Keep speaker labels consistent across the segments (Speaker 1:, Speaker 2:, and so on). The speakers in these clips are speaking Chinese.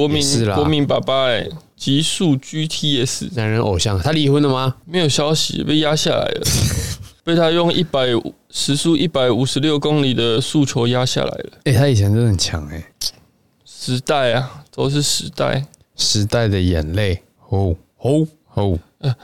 Speaker 1: 国民
Speaker 2: 是啦
Speaker 1: 国民爸爸哎、极速 GTS
Speaker 2: 男人偶像，他离婚了吗？
Speaker 1: 没有消息，被压下来了，被他用一百时速一百五十六公里的速球压下来了。
Speaker 2: 哎、他以前真的很强哎、
Speaker 1: 时代啊，都是时代。
Speaker 2: 时代的眼泪，吼吼吼，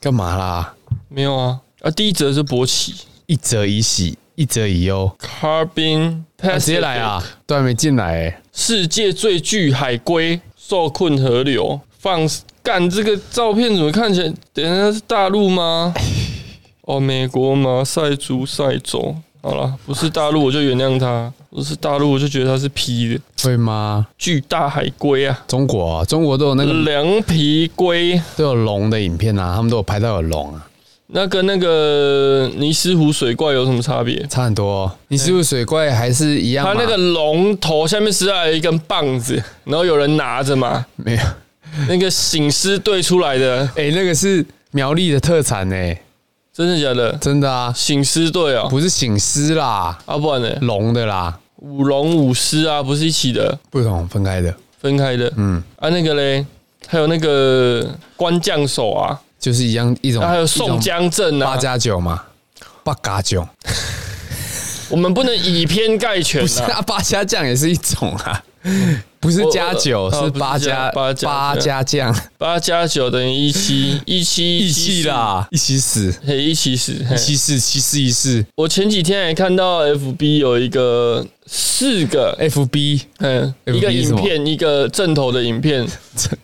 Speaker 2: 干嘛啦？
Speaker 1: 没有啊啊！第一则是勃起
Speaker 2: 一则以喜，一则以忧，
Speaker 1: ，Carbon
Speaker 2: 他
Speaker 1: Pacific,
Speaker 2: 直接来啊，都还没进来、欸，
Speaker 1: 世界最巨海龟受困河流，放干这个照片怎么看起来？等一下是大陆吗？ 哦，美国吗？塞猪塞州，好了，不是大陆我就原谅他，不是大陆我就觉得他是 P 的
Speaker 2: 会吗？
Speaker 1: 巨大海龟啊，
Speaker 2: 中国、啊，中国都有那个
Speaker 1: 凉皮龟。
Speaker 2: 都有龙的影片啊，他们都有拍到有龙啊，
Speaker 1: 那跟那个尼斯湖水怪有什么差别？
Speaker 2: 差很多哦、你是不是水怪还是一样
Speaker 1: 它
Speaker 2: 吗？
Speaker 1: 那个龙头下面是来一根棒子，然后有人拿着嘛，
Speaker 2: 没有，
Speaker 1: 那个醒狮队出来的，
Speaker 2: 哎、那个是苗栗的特产哎、
Speaker 1: 真的假的？
Speaker 2: 真的啊，
Speaker 1: 醒狮队哦，
Speaker 2: 不是醒狮啦，
Speaker 1: 啊，不然呢？
Speaker 2: 龙的啦，
Speaker 1: 舞龙舞狮啊，不是一起的，
Speaker 2: 不同分开的，
Speaker 1: 分开的。
Speaker 2: 嗯，
Speaker 1: 啊，那个嘞，还有那个关将手啊，
Speaker 2: 就是一样一种，
Speaker 1: 啊还有
Speaker 2: 哦一
Speaker 1: 宋
Speaker 2: 种
Speaker 1: 江镇
Speaker 2: 八
Speaker 1: 啊，
Speaker 2: 加九嘛，八嘎九，
Speaker 1: 我们不能以偏概全
Speaker 2: 不是
Speaker 1: 啊。
Speaker 2: 啊， 八加酱也是一种啊， 不是加
Speaker 1: 我
Speaker 2: 酒，
Speaker 1: 我
Speaker 2: 是
Speaker 1: 哦不是
Speaker 2: 八加
Speaker 1: 八加
Speaker 2: 八加酱，
Speaker 1: 八加九等于一七，一哎七
Speaker 2: 一起，啦，一起死，
Speaker 1: 嘿，一起死。嘿
Speaker 2: 一起死，七四一四
Speaker 1: 我前几天还看到 FB 有一个四个，
Speaker 2: ，FB
Speaker 1: 嗯，
Speaker 2: FB
Speaker 1: 一个
Speaker 2: 是什
Speaker 1: 影
Speaker 2: 么
Speaker 1: 片，一个正头的影 片，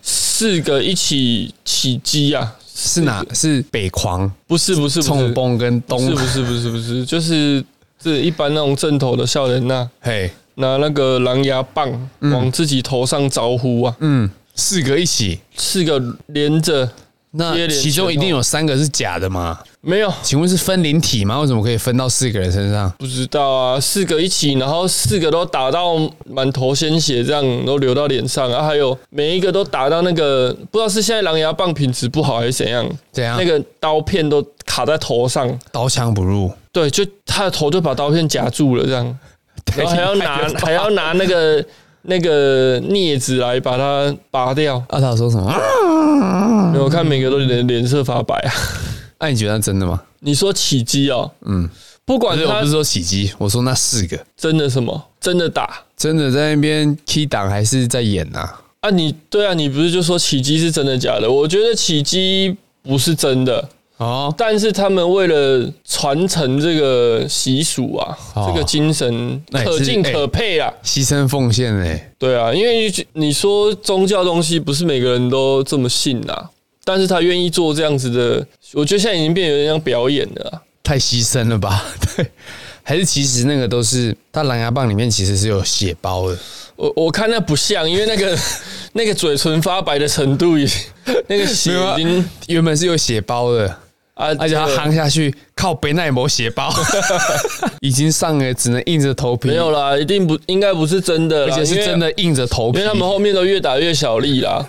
Speaker 1: 四个一起起鸡啊，
Speaker 2: 是哪？是北狂、
Speaker 1: 不是不是不
Speaker 2: 冲
Speaker 1: 是。
Speaker 2: 崩跟
Speaker 1: 不是
Speaker 2: 东
Speaker 1: 不，是不是不是，就是这一般那种正头的笑人呐、
Speaker 2: 嘿，
Speaker 1: 拿那个狼牙棒往自己头上招呼啊，
Speaker 2: 嗯，四个一起，
Speaker 1: 四个连着接
Speaker 2: 那
Speaker 1: 连
Speaker 2: 其中一定有三个是假的嘛？
Speaker 1: 没有
Speaker 2: 请问是分灵体吗？为什么可以分到四个人身上？
Speaker 1: 不知道啊，四个一起，然后四个都打到满头鲜血，这样都流到脸上啊，还有每一个都打到那个不知道是现在狼牙棒品质不好还是怎样，
Speaker 2: 怎样？
Speaker 1: 那个刀片都卡在头上，
Speaker 2: 刀枪不入，
Speaker 1: 对，就他的头就把刀片夹住了这样。然后还 要拿还要拿那个那个镊子来把它拔掉。
Speaker 2: 阿啊塔说什么？
Speaker 1: 没有我看每个都脸脸色发白啊！
Speaker 2: 那、你觉得那真的吗？
Speaker 1: 你说起鸡哦，
Speaker 2: 嗯，
Speaker 1: 不
Speaker 2: 不
Speaker 1: 管
Speaker 2: 是，我
Speaker 1: 他
Speaker 2: 不是说起鸡，我说那四个
Speaker 1: 真的什么，真的打
Speaker 2: 真的在那边 key 档还是在演呐、啊？
Speaker 1: 啊你！对啊，你不是就说起鸡是真的假的？我觉得起鸡不是真的，
Speaker 2: 哦，
Speaker 1: 但是他们为了传承这个习俗啊，
Speaker 2: 哦
Speaker 1: 这个精神
Speaker 2: 那也是
Speaker 1: 可敬可佩啦。
Speaker 2: 牺牲奉献欸嘞、
Speaker 1: 对啊，因为你说宗教东西不是每个人都这么信啦，但是他愿意做这样子的，我觉得现在已经变得有点像表演了啊、
Speaker 2: 太牺牲了吧？ 对，还是其实那个都是它狼牙棒里面其实是有血包的，
Speaker 1: 我我看那不像，因为那个 那个嘴唇发白的程度已，那个血
Speaker 2: 没有啊
Speaker 1: 已经
Speaker 2: 原本是有血包的，
Speaker 1: 啊，
Speaker 2: 而且它
Speaker 1: 这个
Speaker 2: 夯下去靠北那也没血 包，已经上了，只能硬着头皮，
Speaker 1: 没有啦，一定不应该不是真的
Speaker 2: 而
Speaker 1: 啦，
Speaker 2: 且是
Speaker 1: 因为
Speaker 2: 真，的硬着头
Speaker 1: 因
Speaker 2: 皮
Speaker 1: 为。他们后面都越打越小力啦。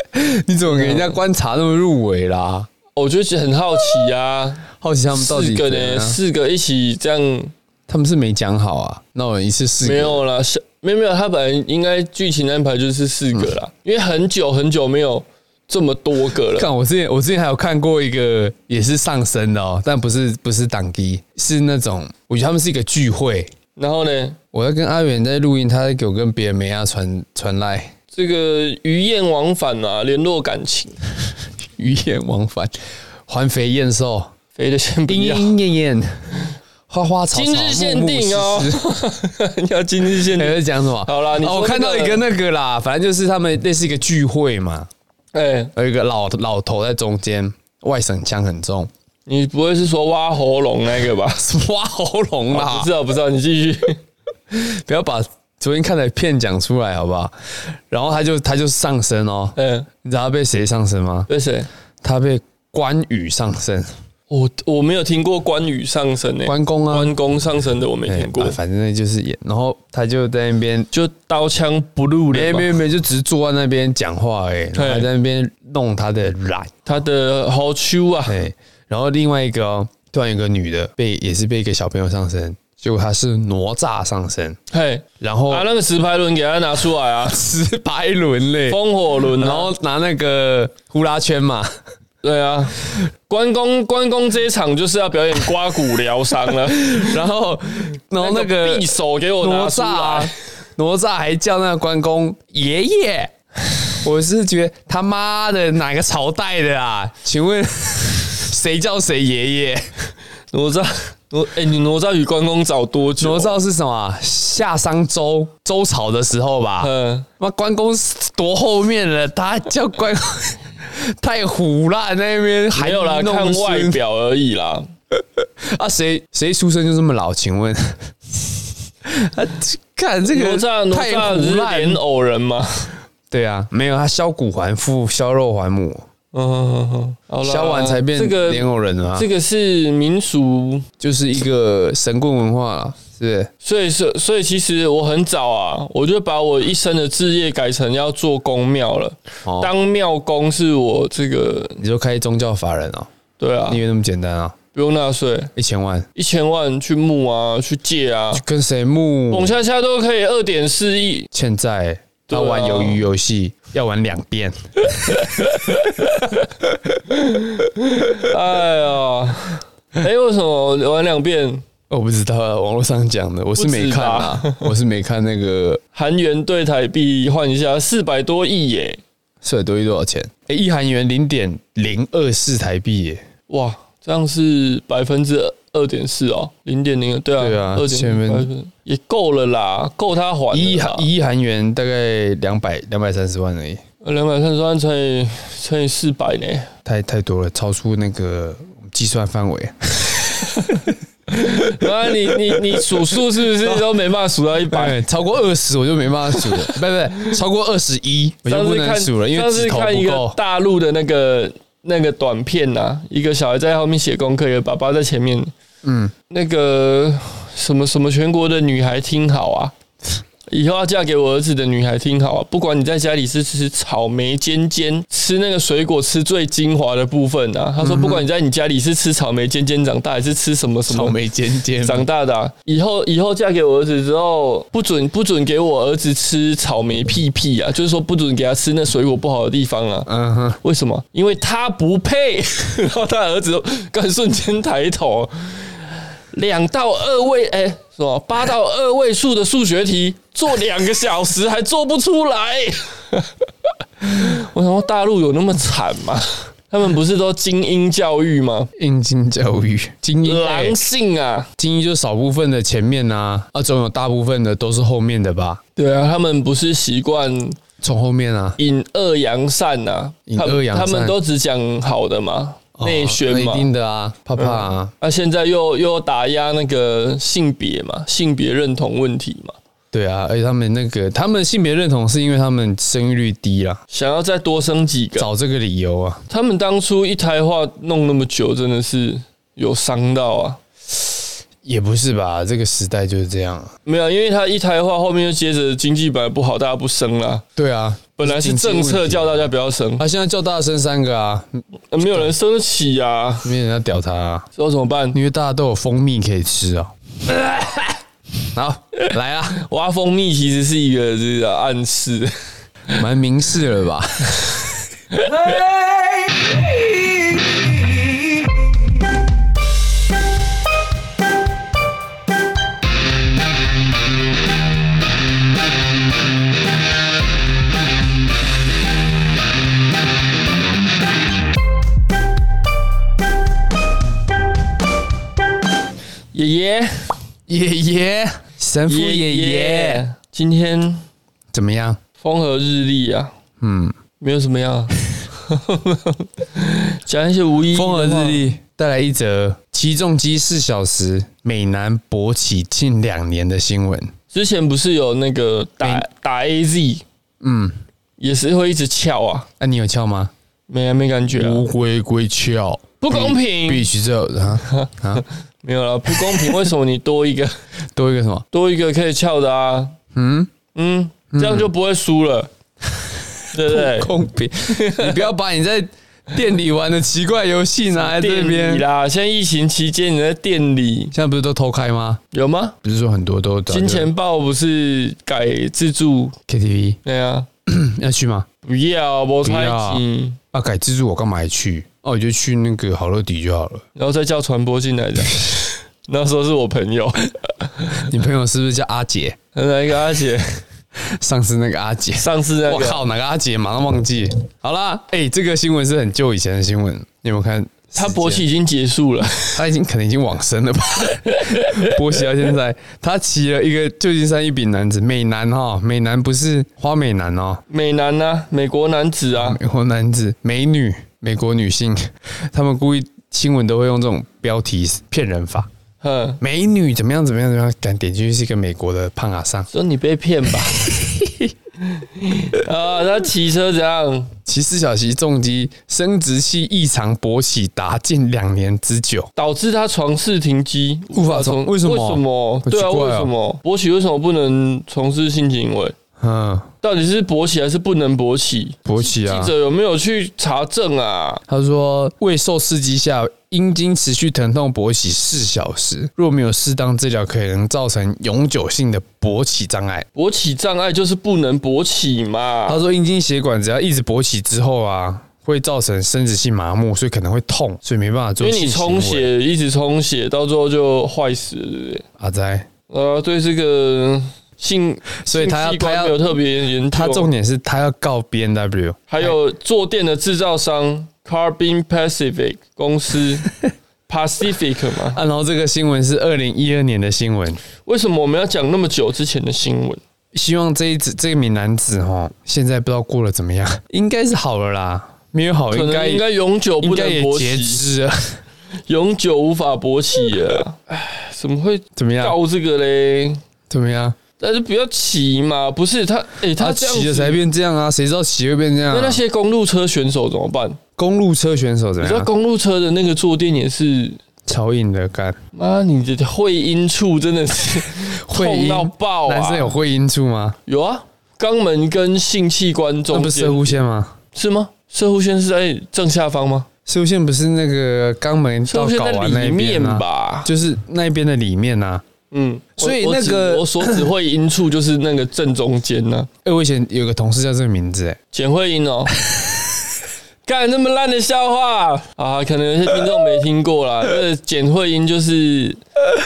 Speaker 2: 你怎么给人家观察那么入围啦？
Speaker 1: 我就很好奇啊，
Speaker 2: 好奇他们到
Speaker 1: 四
Speaker 2: 底
Speaker 1: 个
Speaker 2: 怎样啊
Speaker 1: 呢，四个一起这样
Speaker 2: 他们是没讲好啊？那我一次四个
Speaker 1: 没有啦，小没有没有，他本来应该剧情安排就是四个
Speaker 2: 嗯
Speaker 1: 啦，因为很久很久没有这么多个了。
Speaker 2: 看我之前，我之前还有看过一个也是上升的哦，但不是不是挡低，是那种我觉得他们是一个聚会。
Speaker 1: 然后呢，
Speaker 2: 我在跟阿远在录音，他在给我跟别人梅亚传传来
Speaker 1: 这个鱼雁往返啊，联络感情，
Speaker 2: 鱼雁往返，环肥燕瘦，
Speaker 1: 飞的先不
Speaker 2: 莺
Speaker 1: 要。
Speaker 2: 莺燕燕，花花草草，
Speaker 1: 今日限定哦
Speaker 2: 木木丝丝
Speaker 1: 你 要今日限
Speaker 2: 还
Speaker 1: 定，
Speaker 2: 在讲什么？
Speaker 1: 好啦你说
Speaker 2: 哦我看到
Speaker 1: 那
Speaker 2: 一
Speaker 1: 个
Speaker 2: 个那个啦，反正就是他们类似一个聚会嘛，
Speaker 1: 哎、
Speaker 2: 有一个老老头在中间，外省腔很重，
Speaker 1: 你不会是说挖喉咙那个吧？
Speaker 2: 挖喉咙啦，
Speaker 1: 哦不知道，不知道，你继续。
Speaker 2: 不要把昨天看的片讲出来，好不好？然后他就他就上身哦，
Speaker 1: 嗯、
Speaker 2: 你知道他被谁上身吗？
Speaker 1: 对谁？
Speaker 2: 他被关羽上身，
Speaker 1: 我我没有听过关羽上身呢、
Speaker 2: 关公啊，
Speaker 1: 关公上身的我没
Speaker 2: 哎
Speaker 1: 听过
Speaker 2: 啊，反正那就是演。然后他就在那边，
Speaker 1: 就刀枪不入
Speaker 2: 没
Speaker 1: 了嘛
Speaker 2: 没。没，就只是坐在那边讲话哎、然后还在那边弄他的懒哎
Speaker 1: 他的好秋啊，
Speaker 2: 哎、然后另外一个、哦，突然有个女的被也是被一个小朋友上身，结果它是哪吒上身，
Speaker 1: 嘿，
Speaker 2: 然后，
Speaker 1: 啊把那个石牌轮给他拿出来啊
Speaker 2: 石牌轮嘞，
Speaker 1: 风火轮啊，
Speaker 2: 然后拿那个呼啦圈嘛，
Speaker 1: 对啊，关公关公这一场就是要表演刮骨疗伤 了，
Speaker 2: 然后然哦后那个
Speaker 1: 匕首给我
Speaker 2: 哪
Speaker 1: 拿出
Speaker 2: 吒啊
Speaker 1: 来，，
Speaker 2: 哪吒还叫那个关公爷爷。我是觉得他妈的哪个朝代的啊？请问谁叫谁爷爷？
Speaker 1: 哪吒哪哎，你哪吒与关公找多久？
Speaker 2: 哪吒是什么啊？夏商周周朝的时候吧？
Speaker 1: 嗯，
Speaker 2: 妈关公多后面了，他叫关公太虎啦，那边还
Speaker 1: 没有啦，
Speaker 2: 弄
Speaker 1: 看
Speaker 2: 孙
Speaker 1: 外表而已啦。
Speaker 2: 啊，谁谁出生就这么老？请问， 啊，看这
Speaker 1: 哪
Speaker 2: 个
Speaker 1: 吒哪
Speaker 2: 太
Speaker 1: 吒
Speaker 2: 胡
Speaker 1: 是
Speaker 2: 乱
Speaker 1: 莲藕人吗？
Speaker 2: 对啊，没有他削骨还父，削肉还母，
Speaker 1: 嗯，好啦
Speaker 2: 削完才变
Speaker 1: 这个
Speaker 2: 莲藕人啊，
Speaker 1: 这个是民俗，
Speaker 2: 就是一个神棍文化啊，是不是？
Speaker 1: 所以是所以其实我很早啊，我就把我一生的志业改成要做公庙了。
Speaker 2: 哦
Speaker 1: 当庙公是我这个
Speaker 2: 你就开宗教法人哦，
Speaker 1: 对啊
Speaker 2: 你，以为那么简单啊？
Speaker 1: 不用纳税，
Speaker 2: 一千万
Speaker 1: 一千万去募啊，去借啊，
Speaker 2: 跟谁募
Speaker 1: 董？恰恰都可以二点四亿。
Speaker 2: 欠债，
Speaker 1: 对啊
Speaker 2: 他玩鱿鱼游戏要玩两 遍，
Speaker 1: 哎呀，哎，为什么玩两遍
Speaker 2: 我不知道啊，网络上讲的，我是没看
Speaker 1: 不
Speaker 2: 啊， 我是没看那个
Speaker 1: 韩元对台币换一下四百多亿耶？
Speaker 2: 税多一多少钱？哎，一韩元零点零二四台币耶。
Speaker 1: 哇，这样是百分之二点四哦，零点零对啊，
Speaker 2: 对啊
Speaker 1: 二
Speaker 2: 前
Speaker 1: 点
Speaker 2: 面
Speaker 1: 也够了啦，够他还
Speaker 2: 一韩
Speaker 1: 一
Speaker 2: 一韩元大概两百两百三十万而已，
Speaker 1: 两百三十万乘以乘以四百呢，
Speaker 2: 太太多了，超出那个计算范围。
Speaker 1: 啊，你你你数数是不 是都没办法数到一百？
Speaker 2: 对，超过二十我就没办法数了，不不不，超过二十一我就
Speaker 1: 上
Speaker 2: 不
Speaker 1: 次
Speaker 2: 能
Speaker 1: 看
Speaker 2: 数了，因为
Speaker 1: 上次
Speaker 2: 指头
Speaker 1: 看
Speaker 2: 不
Speaker 1: 一个
Speaker 2: 够。
Speaker 1: 大陆的那个那个短片呐、一个小孩在后面写功课，有爸爸在前面。
Speaker 2: 嗯，
Speaker 1: 那个什么什么全国的女孩听好啊，以后要嫁给我儿子的女孩听好啊，不管你在家里是吃草莓尖尖，吃那个水果吃最精华的部分啊。他说，
Speaker 2: 嗯
Speaker 1: 不管你在你家里是吃草莓尖尖长大，还是吃什么什
Speaker 2: 草
Speaker 1: 么。
Speaker 2: 莓尖尖，
Speaker 1: 长大的啊、以后以后嫁给我儿子之后，不准不准给我儿子吃草莓屁屁啊！就是说不准给他吃那水果不好的地方啊！
Speaker 2: 嗯哼，
Speaker 1: 为什么？因为他不配。 然后他儿子干瞬间抬头，两到二位，哎、什么八到二位数的数学题做两个小时还做不出来。 我想说大陆有那么惨吗？他们不是都精英教育吗？
Speaker 2: 应经教育精英类，
Speaker 1: 狼性啊！
Speaker 2: 精英就少部分的前面啊，啊，总有大部分的都是后面的吧，
Speaker 1: 对啊，他们不是习惯
Speaker 2: 从后面啊，
Speaker 1: 引恶扬善呐、啊，
Speaker 2: 引恶扬善
Speaker 1: 他们他们都只讲好的嘛，内、
Speaker 2: 哦
Speaker 1: 宣
Speaker 2: 那
Speaker 1: 嘛嗯
Speaker 2: 一。定的啊，怕怕啊，
Speaker 1: 那、现在又又打压那个性别嘛，性别认同问题嘛，
Speaker 2: 对啊，而且他们那个他们性别认同是因为他们生育率低啦，
Speaker 1: 想要再多生几个。
Speaker 2: 找这个理由啊，
Speaker 1: 他们当初一胎化弄那么久，真的是有伤到啊。
Speaker 2: 也不是吧，这个时代就是这样啊，
Speaker 1: 没有，因为他一胎化后面又接着经济本来不好，大家不生啦。
Speaker 2: 对啊，
Speaker 1: 本来是政策叫大家不要生，
Speaker 2: 他现在叫大家生三个啊，
Speaker 1: 呃没有人生得起啊，
Speaker 2: 没人要屌他、啊，
Speaker 1: 之后怎么办？
Speaker 2: 因为大家都有蜂蜜可以吃 啊。好，来啊，
Speaker 1: 挖蜂蜜其实是一个这个暗示。
Speaker 2: 蛮明示了吧？
Speaker 1: 爷爷，
Speaker 2: 爷爷，神父爷爷，，
Speaker 1: 今天
Speaker 2: 怎么样？
Speaker 1: 风和日丽啊，
Speaker 2: 嗯，
Speaker 1: 没有什么样， 讲一些无意义。
Speaker 2: 风和日，丽带来一则起重机四小时，美男勃起近两年的新闻。
Speaker 1: 之前不是有那个打打 AZ，
Speaker 2: 嗯，
Speaker 1: 也是会一直翘啊，
Speaker 2: 那、你有翘吗？
Speaker 1: 没啊没感觉啊，
Speaker 2: 龟龟翘，
Speaker 1: 不公平
Speaker 2: 必，须这 啊啊，
Speaker 1: 没有了，不公平。为什么你多一个
Speaker 2: 多一个什么？
Speaker 1: 多一个可以翘的啊？
Speaker 2: 嗯，
Speaker 1: 嗯， 这样就不会输了，对不对？
Speaker 2: 公平，你不要把你在店里玩的奇怪游戏拿来这
Speaker 1: 店里
Speaker 2: 边，
Speaker 1: 啦，现在疫情期间你在店里
Speaker 2: 现在不是都偷开吗？
Speaker 1: 有吗？
Speaker 2: 不是说很多都
Speaker 1: 金钱豹不是改自助？
Speaker 2: KTV
Speaker 1: 对啊，
Speaker 2: 嗯要去吗？
Speaker 1: 不要，我太
Speaker 2: 要
Speaker 1: 紧，
Speaker 2: 啊，改自助我干嘛还去？哦，我就去那个好乐迪就好了。
Speaker 1: 然后再叫传播进来 的。那时候是我朋友，
Speaker 2: 你朋友是不是叫阿杰？
Speaker 1: 那个阿姐，
Speaker 2: 上次那个阿杰，
Speaker 1: 上次那
Speaker 2: 我
Speaker 1: 个
Speaker 2: 靠，哪个阿杰？马上忘记。好啦，哎、这个新闻是很旧以前的新闻，你有没有看？
Speaker 1: 他勃起，已经结束了，
Speaker 2: 他已经可能已经往生了吧？ 勃起到现在，他骑了一个旧金山一丙男子美男哈、哦，美男不是花美男哦，
Speaker 1: 美男啊，美国男子啊，
Speaker 2: 美国男子、美女、美国女性，他们故意新闻都会用这种标题骗人法。
Speaker 1: 哼，
Speaker 2: 美女怎么样怎么样怎么样，敢点进去是一个美国的胖阿桑，
Speaker 1: 说你被骗 吧。啊，他骑车怎样？
Speaker 2: 骑四小时重击，生殖器异常勃起达近两年之久。
Speaker 1: 导致他床事停机，
Speaker 2: 无法从为什么
Speaker 1: 为什么？
Speaker 2: 很
Speaker 1: 对啊，
Speaker 2: 奇怪
Speaker 1: 为
Speaker 2: 啊
Speaker 1: 什么勃起为什么不能从事性行为？
Speaker 2: 嗯，
Speaker 1: 到底是勃起还是不能勃起？
Speaker 2: 勃起啊
Speaker 1: 记！者有没有去查证啊？
Speaker 2: 他说，未受刺激下，阴茎持续疼痛勃起四小时，若没有适当治疗，可能造成永久性的勃起障碍。
Speaker 1: 勃起障碍就是不能勃起嘛
Speaker 2: 他。说，阴茎血管只要一直勃起之后啊，会造成生殖性麻木，所以可能会痛，所以没办法
Speaker 1: 因
Speaker 2: 做
Speaker 1: 为
Speaker 2: 性
Speaker 1: 你
Speaker 2: 行为。
Speaker 1: 充血一直充血，到最后就坏死了，对不对？
Speaker 2: 阿仔，
Speaker 1: 呃，对这个性，
Speaker 2: 所以他要
Speaker 1: 性器官
Speaker 2: 他要
Speaker 1: 没有特别研究。
Speaker 2: 他重点是他要告 B N W，
Speaker 1: 还有坐垫的制造商 Carbon Pacific 公 司 Pacific 嘛？
Speaker 2: 啊，然后这个新闻是二零一二年的新闻，
Speaker 1: 为什么我们要讲那么久之前的新闻？
Speaker 2: 希望这一子这名男子哈，现在不知道过得怎么样，应该是好了啦，没有好
Speaker 1: 可
Speaker 2: 哦应该
Speaker 1: 能应该永久
Speaker 2: 应
Speaker 1: 不能
Speaker 2: 该也
Speaker 1: 勃
Speaker 2: 截
Speaker 1: 起，
Speaker 2: 肢了，
Speaker 1: 永久无法勃起了。唉，怎么会
Speaker 2: 怎么样？
Speaker 1: 告这个嘞？
Speaker 2: 怎么样？
Speaker 1: 但是不要骑嘛，不是他，哎、
Speaker 2: 他
Speaker 1: 他这样
Speaker 2: 啊骑了才
Speaker 1: 子，
Speaker 2: 变这样啊，谁知道骑会变这样、
Speaker 1: 那那
Speaker 2: 啊？
Speaker 1: 些公路车选手怎么办？
Speaker 2: 公路车选手怎
Speaker 1: 你
Speaker 2: 么
Speaker 1: 知道
Speaker 2: 样？
Speaker 1: 公路车的那个坐垫也是，
Speaker 2: 超硬的干，
Speaker 1: 妈，你的会阴处真的是
Speaker 2: 会
Speaker 1: 痛
Speaker 2: 阴
Speaker 1: 到爆啊！
Speaker 2: 男生有会阴处吗？
Speaker 1: 有啊，肛门跟性器官
Speaker 2: 那
Speaker 1: 中
Speaker 2: 不是射
Speaker 1: 间
Speaker 2: 弧线吗？
Speaker 1: 是吗？射护线是在正下方吗？
Speaker 2: 射弧线不是那个肛门
Speaker 1: 射
Speaker 2: 到
Speaker 1: 护线
Speaker 2: 睾
Speaker 1: 在
Speaker 2: 丸那
Speaker 1: 里
Speaker 2: 一
Speaker 1: 面
Speaker 2: 边啊，
Speaker 1: 吧？
Speaker 2: 就是那一边的里面啊。
Speaker 1: 嗯，
Speaker 2: 所以
Speaker 1: 我
Speaker 2: 那个
Speaker 1: 我指我所指会音处就是那个正中间啊呢、
Speaker 2: 哎、我以前有个同事叫这个名字、哎，
Speaker 1: 简会音哦。干这么烂的笑话啊！可能有些听众没听过 啦。这个简会音就是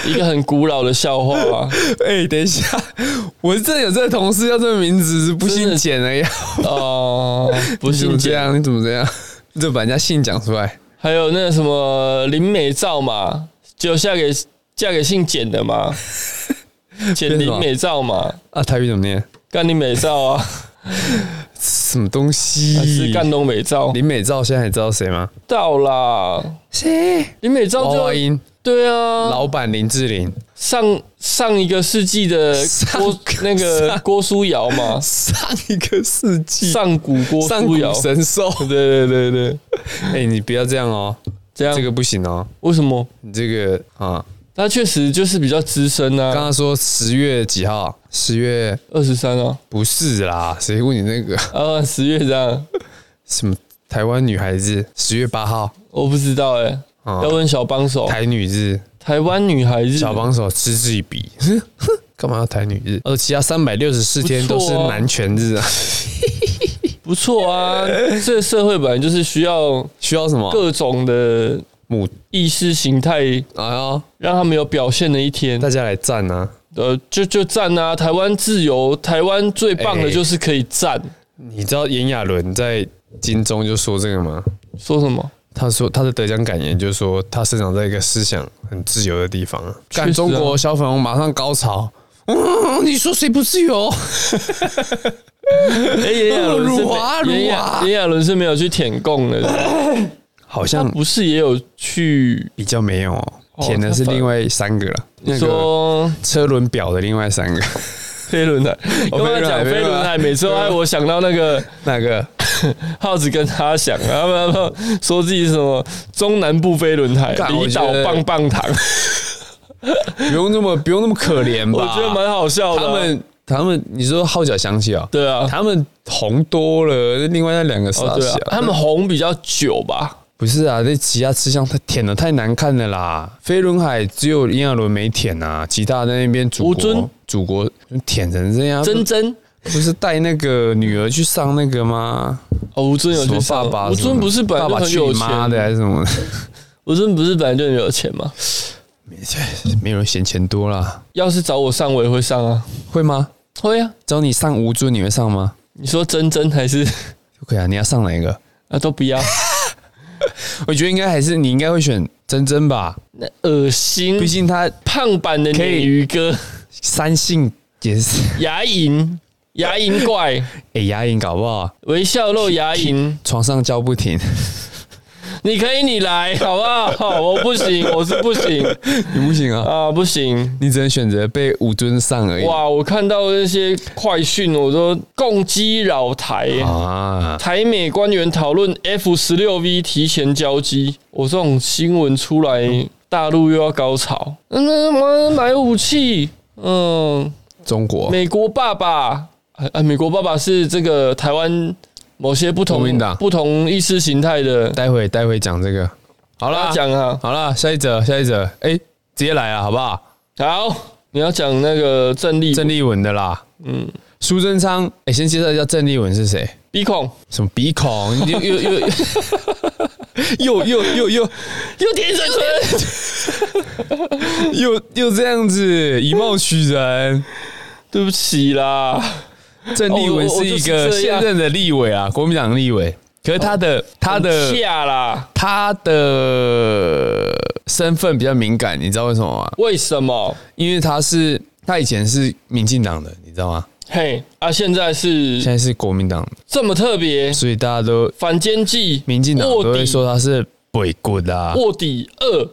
Speaker 1: 一个很古老的笑话、啊，
Speaker 2: 哎、等一下，我真的有这个同事叫这个名字，是不姓简的呀？
Speaker 1: 哦、不
Speaker 2: 啊你怎
Speaker 1: 信
Speaker 2: 么这
Speaker 1: 简。
Speaker 2: 样？你怎么这样？你怎么把人家姓讲出来？
Speaker 1: 还有那个什么林美照嘛，就嫁给嫁给姓简的 嘛，简林美照嘛，
Speaker 2: 啊，台语怎么念？
Speaker 1: 干林美照 啊，
Speaker 2: 什么东
Speaker 1: 还啊是
Speaker 2: 西？
Speaker 1: 干东美照？
Speaker 2: 林美照现在还知道谁吗？
Speaker 1: 到啦，
Speaker 2: 谁？
Speaker 1: 林美照
Speaker 2: 娃娃
Speaker 1: 就
Speaker 2: 音
Speaker 1: 对啊，
Speaker 2: 老板林志玲，
Speaker 1: 上上一个世纪的
Speaker 2: 上
Speaker 1: 郭那个郭书瑶嘛，
Speaker 2: 上一个世 纪
Speaker 1: 上古郭
Speaker 2: 上
Speaker 1: 书
Speaker 2: 古
Speaker 1: 瑶，
Speaker 2: 神兽。
Speaker 1: 对对对对，
Speaker 2: 哎、你不要这样哦，
Speaker 1: 这样
Speaker 2: 这个不行哦，
Speaker 1: 为什么？
Speaker 2: 你这个啊，
Speaker 1: 他确实就是比较资深
Speaker 2: 刚
Speaker 1: 啊，
Speaker 2: 刚说十月几号？十月
Speaker 1: 二十三啊，
Speaker 2: 不是啦，谁问你那个
Speaker 1: 啊十月这样，
Speaker 2: 什么台湾女孩子？十月八号
Speaker 1: 我不知道哎，
Speaker 2: 啊
Speaker 1: 要，问小帮手，
Speaker 2: 台女日，
Speaker 1: 台湾女孩日，
Speaker 2: 小帮手嗤之以鼻， 干嘛要台女日？而其他三百六十四天
Speaker 1: 不
Speaker 2: 都
Speaker 1: 错
Speaker 2: 是
Speaker 1: 哦
Speaker 2: 男权日啊，
Speaker 1: 不错啊，这个社会本来就是需要
Speaker 2: 需要什么
Speaker 1: 各种的
Speaker 2: 母？
Speaker 1: 意识形态，
Speaker 2: 哎呦，
Speaker 1: 让他们有表现的一天。
Speaker 2: 大家来站啊！
Speaker 1: 呃，就就赞啊！台湾自由，台湾最棒的就是可以赞。
Speaker 2: 你知道炎亚纶在金钟就说这个吗？
Speaker 1: 说什么？
Speaker 2: 他说他的得奖感言就是说，他生长在一个思想很自由的地方啊。
Speaker 1: 确实啊
Speaker 2: 干中国小粉红马上高潮， 嗯，你说谁不自由？
Speaker 1: 哎，炎亚纶是
Speaker 2: 辱华辱华
Speaker 1: 炎亚炎亚纶是没有去舔供 的，
Speaker 2: 好像
Speaker 1: 不是也有去
Speaker 2: 比较没有哦，填的是
Speaker 1: 他反
Speaker 2: 另外三个了，那个
Speaker 1: 说
Speaker 2: 车轮表的另外三个，
Speaker 1: 飞 轮海？
Speaker 2: 哦
Speaker 1: 跟我讲
Speaker 2: 飞轮海
Speaker 1: 飞
Speaker 2: 飞轮
Speaker 1: 轮
Speaker 2: 海啊
Speaker 1: 海，每次都害我想到那个
Speaker 2: 那个
Speaker 1: 耗子跟他想， 他们他们说自己什么中南部飞轮海、
Speaker 2: 干我
Speaker 1: 离
Speaker 2: 觉
Speaker 1: 岛
Speaker 2: 得
Speaker 1: 棒 棒糖，
Speaker 2: 不用那么不用那么可怜吧？
Speaker 1: 我觉得蛮好笑的
Speaker 2: 他
Speaker 1: 啊。
Speaker 2: 们他们你说号角响起啊、
Speaker 1: 对啊，
Speaker 2: 他们红多了，另外那两个傻
Speaker 1: 哦
Speaker 2: 小、
Speaker 1: 对啊，他们红比较久吧？
Speaker 2: 不是啊，那其他吃相太舔的太难看了啦。飞轮海只有炎亚纶没舔啊，其他在那边祖
Speaker 1: 吴尊
Speaker 2: 国祖国舔成这样，
Speaker 1: 真真
Speaker 2: 不是带那个女儿去上那个吗？
Speaker 1: 哦，吴尊有
Speaker 2: 什么
Speaker 1: 去
Speaker 2: 爸
Speaker 1: 上
Speaker 2: 爸？
Speaker 1: 吴
Speaker 2: 什么
Speaker 1: 尊不是本来
Speaker 2: 爸
Speaker 1: 就
Speaker 2: 爸
Speaker 1: 很
Speaker 2: 去
Speaker 1: 有
Speaker 2: 你妈的
Speaker 1: 钱？
Speaker 2: 还是什么？
Speaker 1: 吴尊不是本来就很有钱吗？
Speaker 2: 没有人嫌钱多啦，
Speaker 1: 要是找我上，我也会上啊。
Speaker 2: 会吗？
Speaker 1: 会啊，
Speaker 2: 找你上吴尊，你会上吗？
Speaker 1: 你说真真还是
Speaker 2: 可以啊，你要上哪一个？
Speaker 1: 啊都 不要，
Speaker 2: 我觉得应该还是你应该会选珍珍吧，
Speaker 1: 那恶心
Speaker 2: 毕。竟她
Speaker 1: 胖版的
Speaker 2: 可
Speaker 1: 鲶
Speaker 2: 以
Speaker 1: 鱼哥，
Speaker 2: 三性也是
Speaker 1: 牙龈牙龈怪，
Speaker 2: 哎、牙龈搞不好
Speaker 1: 微笑露牙龈，
Speaker 2: 床上叫不停，
Speaker 1: 你可以你来好不 好？我不行，我是不行
Speaker 2: 你不行啊，
Speaker 1: 啊，不行。
Speaker 2: 你只能选择被吴尊上而已。
Speaker 1: 哇！我看到那些快讯，我都共机扰台耶、
Speaker 2: 啊，
Speaker 1: 台美官员讨论 F 十六 V 提前交机，我这种新闻出来，大陆又要高潮。嗯，我买武器，嗯，
Speaker 2: 中国
Speaker 1: 美国爸爸，啊啊，美国爸爸是这个台湾某些不
Speaker 2: 国民
Speaker 1: 同
Speaker 2: 党
Speaker 1: 不同意识形态的。
Speaker 2: 待会待会讲这个，好
Speaker 1: 好
Speaker 2: 啦，
Speaker 1: 讲啊，
Speaker 2: 好啦，下一则下一则，哎、直接来啊，好不好？
Speaker 1: 好，你要讲那个郑丽
Speaker 2: 郑丽文的啦，嗯，苏贞昌，哎、先介绍一下郑丽文是谁？
Speaker 1: 鼻孔
Speaker 2: 什么鼻孔？又又又 又又又又
Speaker 1: 又田生春，
Speaker 2: 又又这样子以貌取人。
Speaker 1: 对不起啦，
Speaker 2: 郑立文是一
Speaker 1: 哦
Speaker 2: 个现任的立委啊，国民党立委。可是他的他
Speaker 1: 很
Speaker 2: 的
Speaker 1: 恰啦，
Speaker 2: 他的身份比较敏感，你知道为什么吗？
Speaker 1: 为什么？
Speaker 2: 因为他是他以前是民进党的，你知道吗？
Speaker 1: 嘿啊，现在
Speaker 2: 现
Speaker 1: 是
Speaker 2: 在是国民党的，
Speaker 1: 这么特别，
Speaker 2: 所以大家都
Speaker 1: 反间计，
Speaker 2: 民进党都
Speaker 1: 卧
Speaker 2: 会
Speaker 1: 底，
Speaker 2: 说他是鬼棍啊，
Speaker 1: 卧底二，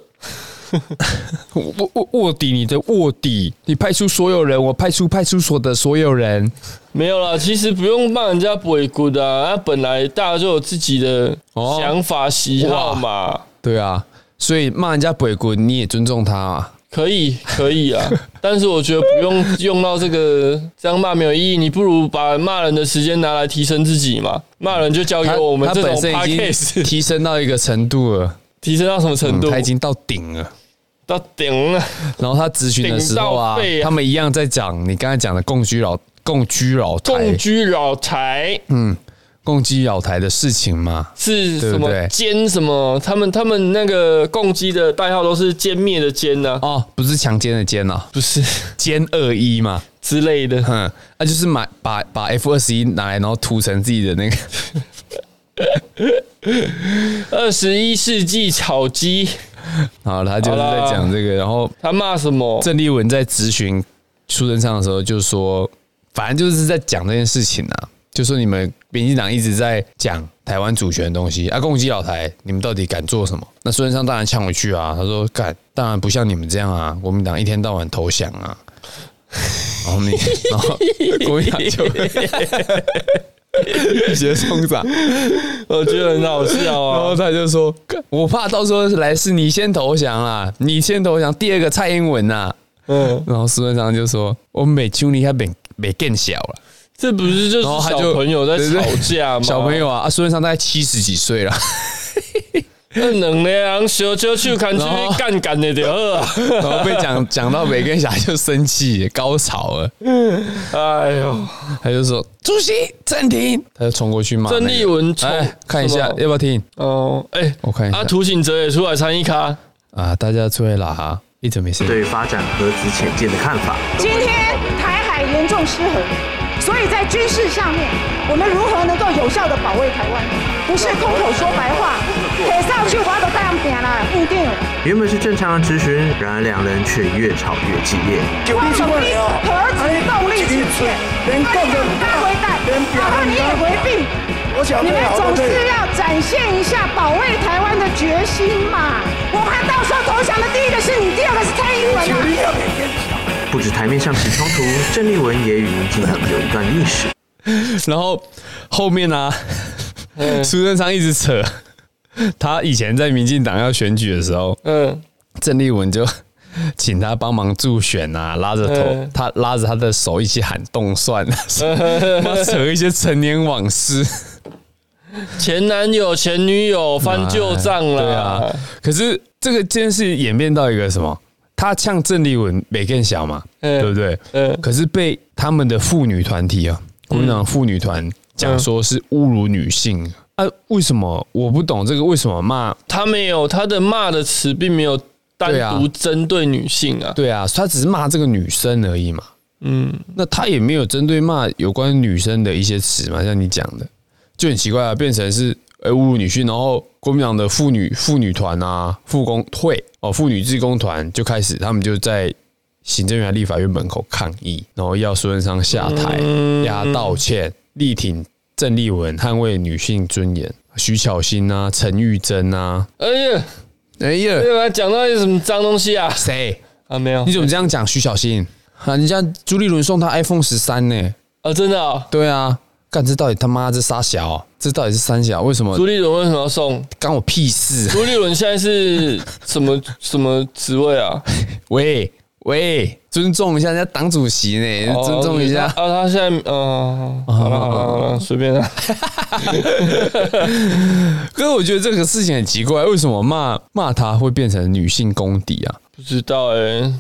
Speaker 2: 卧卧卧底，你的卧底，你派出所有人，我派出派出所的所有人。
Speaker 1: 没有啦，其实不用骂人家不会 good 啊，啊，本来大家就有自己的
Speaker 2: 哦
Speaker 1: 想法喜好嘛，
Speaker 2: 对啊，所以骂人家鬼棍，你也尊重他啊。
Speaker 1: 可以可以啊， 但是我觉得不用用到这个这样骂没有意义，你不如把骂人的时间拿来提升自己嘛，骂人就交给
Speaker 2: 他
Speaker 1: 哎我们
Speaker 2: 他
Speaker 1: 这种
Speaker 2: 本身已
Speaker 1: podcast
Speaker 2: 经提升到一个程度了。
Speaker 1: 提升到什么程
Speaker 2: 嗯
Speaker 1: 度？
Speaker 2: 他已经到啊顶了。
Speaker 1: 到顶了，
Speaker 2: 然后他咨询的时候啊
Speaker 1: 顶到，肺啊
Speaker 2: 他们一样在讲你刚才讲的共居老共居老
Speaker 1: 共
Speaker 2: 台
Speaker 1: 居扰台
Speaker 2: 共居老台的事情嘛。
Speaker 1: 是什
Speaker 2: 嗯对不对
Speaker 1: 么歼什么？他们他们那个共机的代号都是歼灭的歼呢、啊，
Speaker 2: 哦，不是强奸的奸啊，
Speaker 1: 不是
Speaker 2: 奸二一嘛，
Speaker 1: 之类的。
Speaker 2: 哼，那、就是买把把 F 二十一拿来，然后涂成自己的那个
Speaker 1: 二十一世纪草鸡，
Speaker 2: 好了，他就是在讲这个。然后
Speaker 1: 他骂什么？
Speaker 2: 郑丽文在咨询苏贞昌的时候就说，反正就是在讲这件事情啊，就说你们民进党一直在讲台湾主权的东西，啊，攻击老台，你们到底敢做什么？那苏贞昌当然呛回去啊，他说干，当然不像你们这样啊，国民党一天到晚投降啊， 然后你，然后 国民党就一些冲涨，
Speaker 1: 我觉得很好笑
Speaker 2: 然后
Speaker 1: 啊！
Speaker 2: 他就说，干我怕到时候来是你先投降啦，你先投降，第二个蔡英文啊呐、
Speaker 1: 嗯，
Speaker 2: 然后苏贞昌就说：“我每秋你还没没更小了。
Speaker 1: 这不是就是
Speaker 2: 然后他
Speaker 1: 小
Speaker 2: 就
Speaker 1: 朋友在
Speaker 2: 对对
Speaker 1: 吵架吗？”
Speaker 2: 小朋友啊，啊苏贞昌大概七十几岁 了，
Speaker 1: 那能量小小手看出
Speaker 2: 然后
Speaker 1: 去干干的就好啊！
Speaker 2: 然后被讲讲到没更小就生气，高潮了，
Speaker 1: 哎呦，
Speaker 2: 他就说：“主席暂停！”他就冲过去骂那个
Speaker 1: 郑丽文冲
Speaker 2: 哎，看一下
Speaker 1: 什
Speaker 2: 要
Speaker 1: 么
Speaker 2: 不要听？
Speaker 1: 哦，哎，
Speaker 2: 我看一
Speaker 1: 啊，
Speaker 2: 下
Speaker 1: 涂醒哲也出来参一咖，
Speaker 2: 啊，大家出来啦哈，一直没声音。
Speaker 3: 对发展核子潜舰的看法。
Speaker 4: 今天台海严重失衡，所以在军事上面，我们如何能够有效的保卫台湾？不是空口说白话，铁上去挖都带样扁啦，不定。
Speaker 3: 原本是正常的质询，然而两人却越吵越激烈。
Speaker 5: 九
Speaker 4: 为
Speaker 5: 哎你
Speaker 4: 什
Speaker 5: 出
Speaker 4: 么
Speaker 5: 来
Speaker 4: 逼
Speaker 5: 了，
Speaker 4: 核子动力去骗？
Speaker 5: 哎连
Speaker 4: 他
Speaker 5: 讲
Speaker 4: 想
Speaker 5: 都
Speaker 4: 你
Speaker 5: 不
Speaker 4: 该回答，
Speaker 5: 连
Speaker 4: 然
Speaker 5: 表
Speaker 4: 后你也回避。
Speaker 5: 我小
Speaker 4: 你们
Speaker 5: 队好
Speaker 4: 总
Speaker 5: 队
Speaker 4: 是要展现一下保卫台湾的决心嘛！我怕到时候投降的第一个是你，第二个是蔡英文
Speaker 5: 九
Speaker 4: 啊！
Speaker 5: 你要给更小。
Speaker 3: 不止台面上起冲突，郑丽文也与民进党有一段历史。
Speaker 2: 然后后面呢、
Speaker 1: 嗯
Speaker 2: 苏贞昌一直扯，他以前在民进党要选举的时候，
Speaker 1: 嗯，
Speaker 2: 郑丽文就 请他帮忙助选啊，拉着头
Speaker 1: 嗯，
Speaker 2: 他拉着他的手一起喊动算 啊，妈扯一些陈年往事。
Speaker 1: 前男友、前女友翻旧账啦。
Speaker 2: 对啊，可是这个件事演变到一个什么？他呛郑丽文没更小嘛，
Speaker 1: 嗯
Speaker 2: 对不对？
Speaker 1: 嗯
Speaker 2: 可是被他们的妇女团体啊，国民党妇女团讲说是侮辱女性啊？为什么我不懂这个？为什么骂？
Speaker 1: 他没有他的骂的词，并没有单
Speaker 2: 对啊
Speaker 1: 独针对女性啊。
Speaker 2: 对啊，他只是骂这个女生而已嘛。
Speaker 1: 嗯，
Speaker 2: 那他也没有针对骂有关女生的一些词嘛，像你讲的，就很奇怪啊，变成是呃侮辱女性，然后国民党的妇女妇女团啊、妇工会哦、妇女志工团就开始，他们就在行政院和立法院门口抗议，然后要苏贞昌下台，要他道歉，力挺郑丽文，捍卫女性尊严。徐巧芯啊，陈玉珍啊，
Speaker 1: 哎呀，
Speaker 2: 哎呀
Speaker 1: 对吧？讲到一些什么脏东西啊？
Speaker 2: 谁？
Speaker 1: 啊，没有
Speaker 2: 你怎么这样讲徐巧芯？啊，人家朱立伦送她 iPhone 十三呢。
Speaker 1: 啊，真的哦。
Speaker 2: 对啊，干这到底他妈这仨小、这到底是三小？为什么
Speaker 1: 朱立伦为什么要送？
Speaker 2: 干我屁事？啊
Speaker 1: 朱立伦现在是什么什么职位啊？
Speaker 2: 喂喂，尊重一下人家党主席呢，
Speaker 1: 哦
Speaker 2: 尊重一下哦
Speaker 1: 啊，。他现在嗯，好了好了好了，随便啊。
Speaker 2: 可是我觉得这个事情很奇怪，为什么骂骂他会变成女性公敌啊？
Speaker 1: 不知道哎，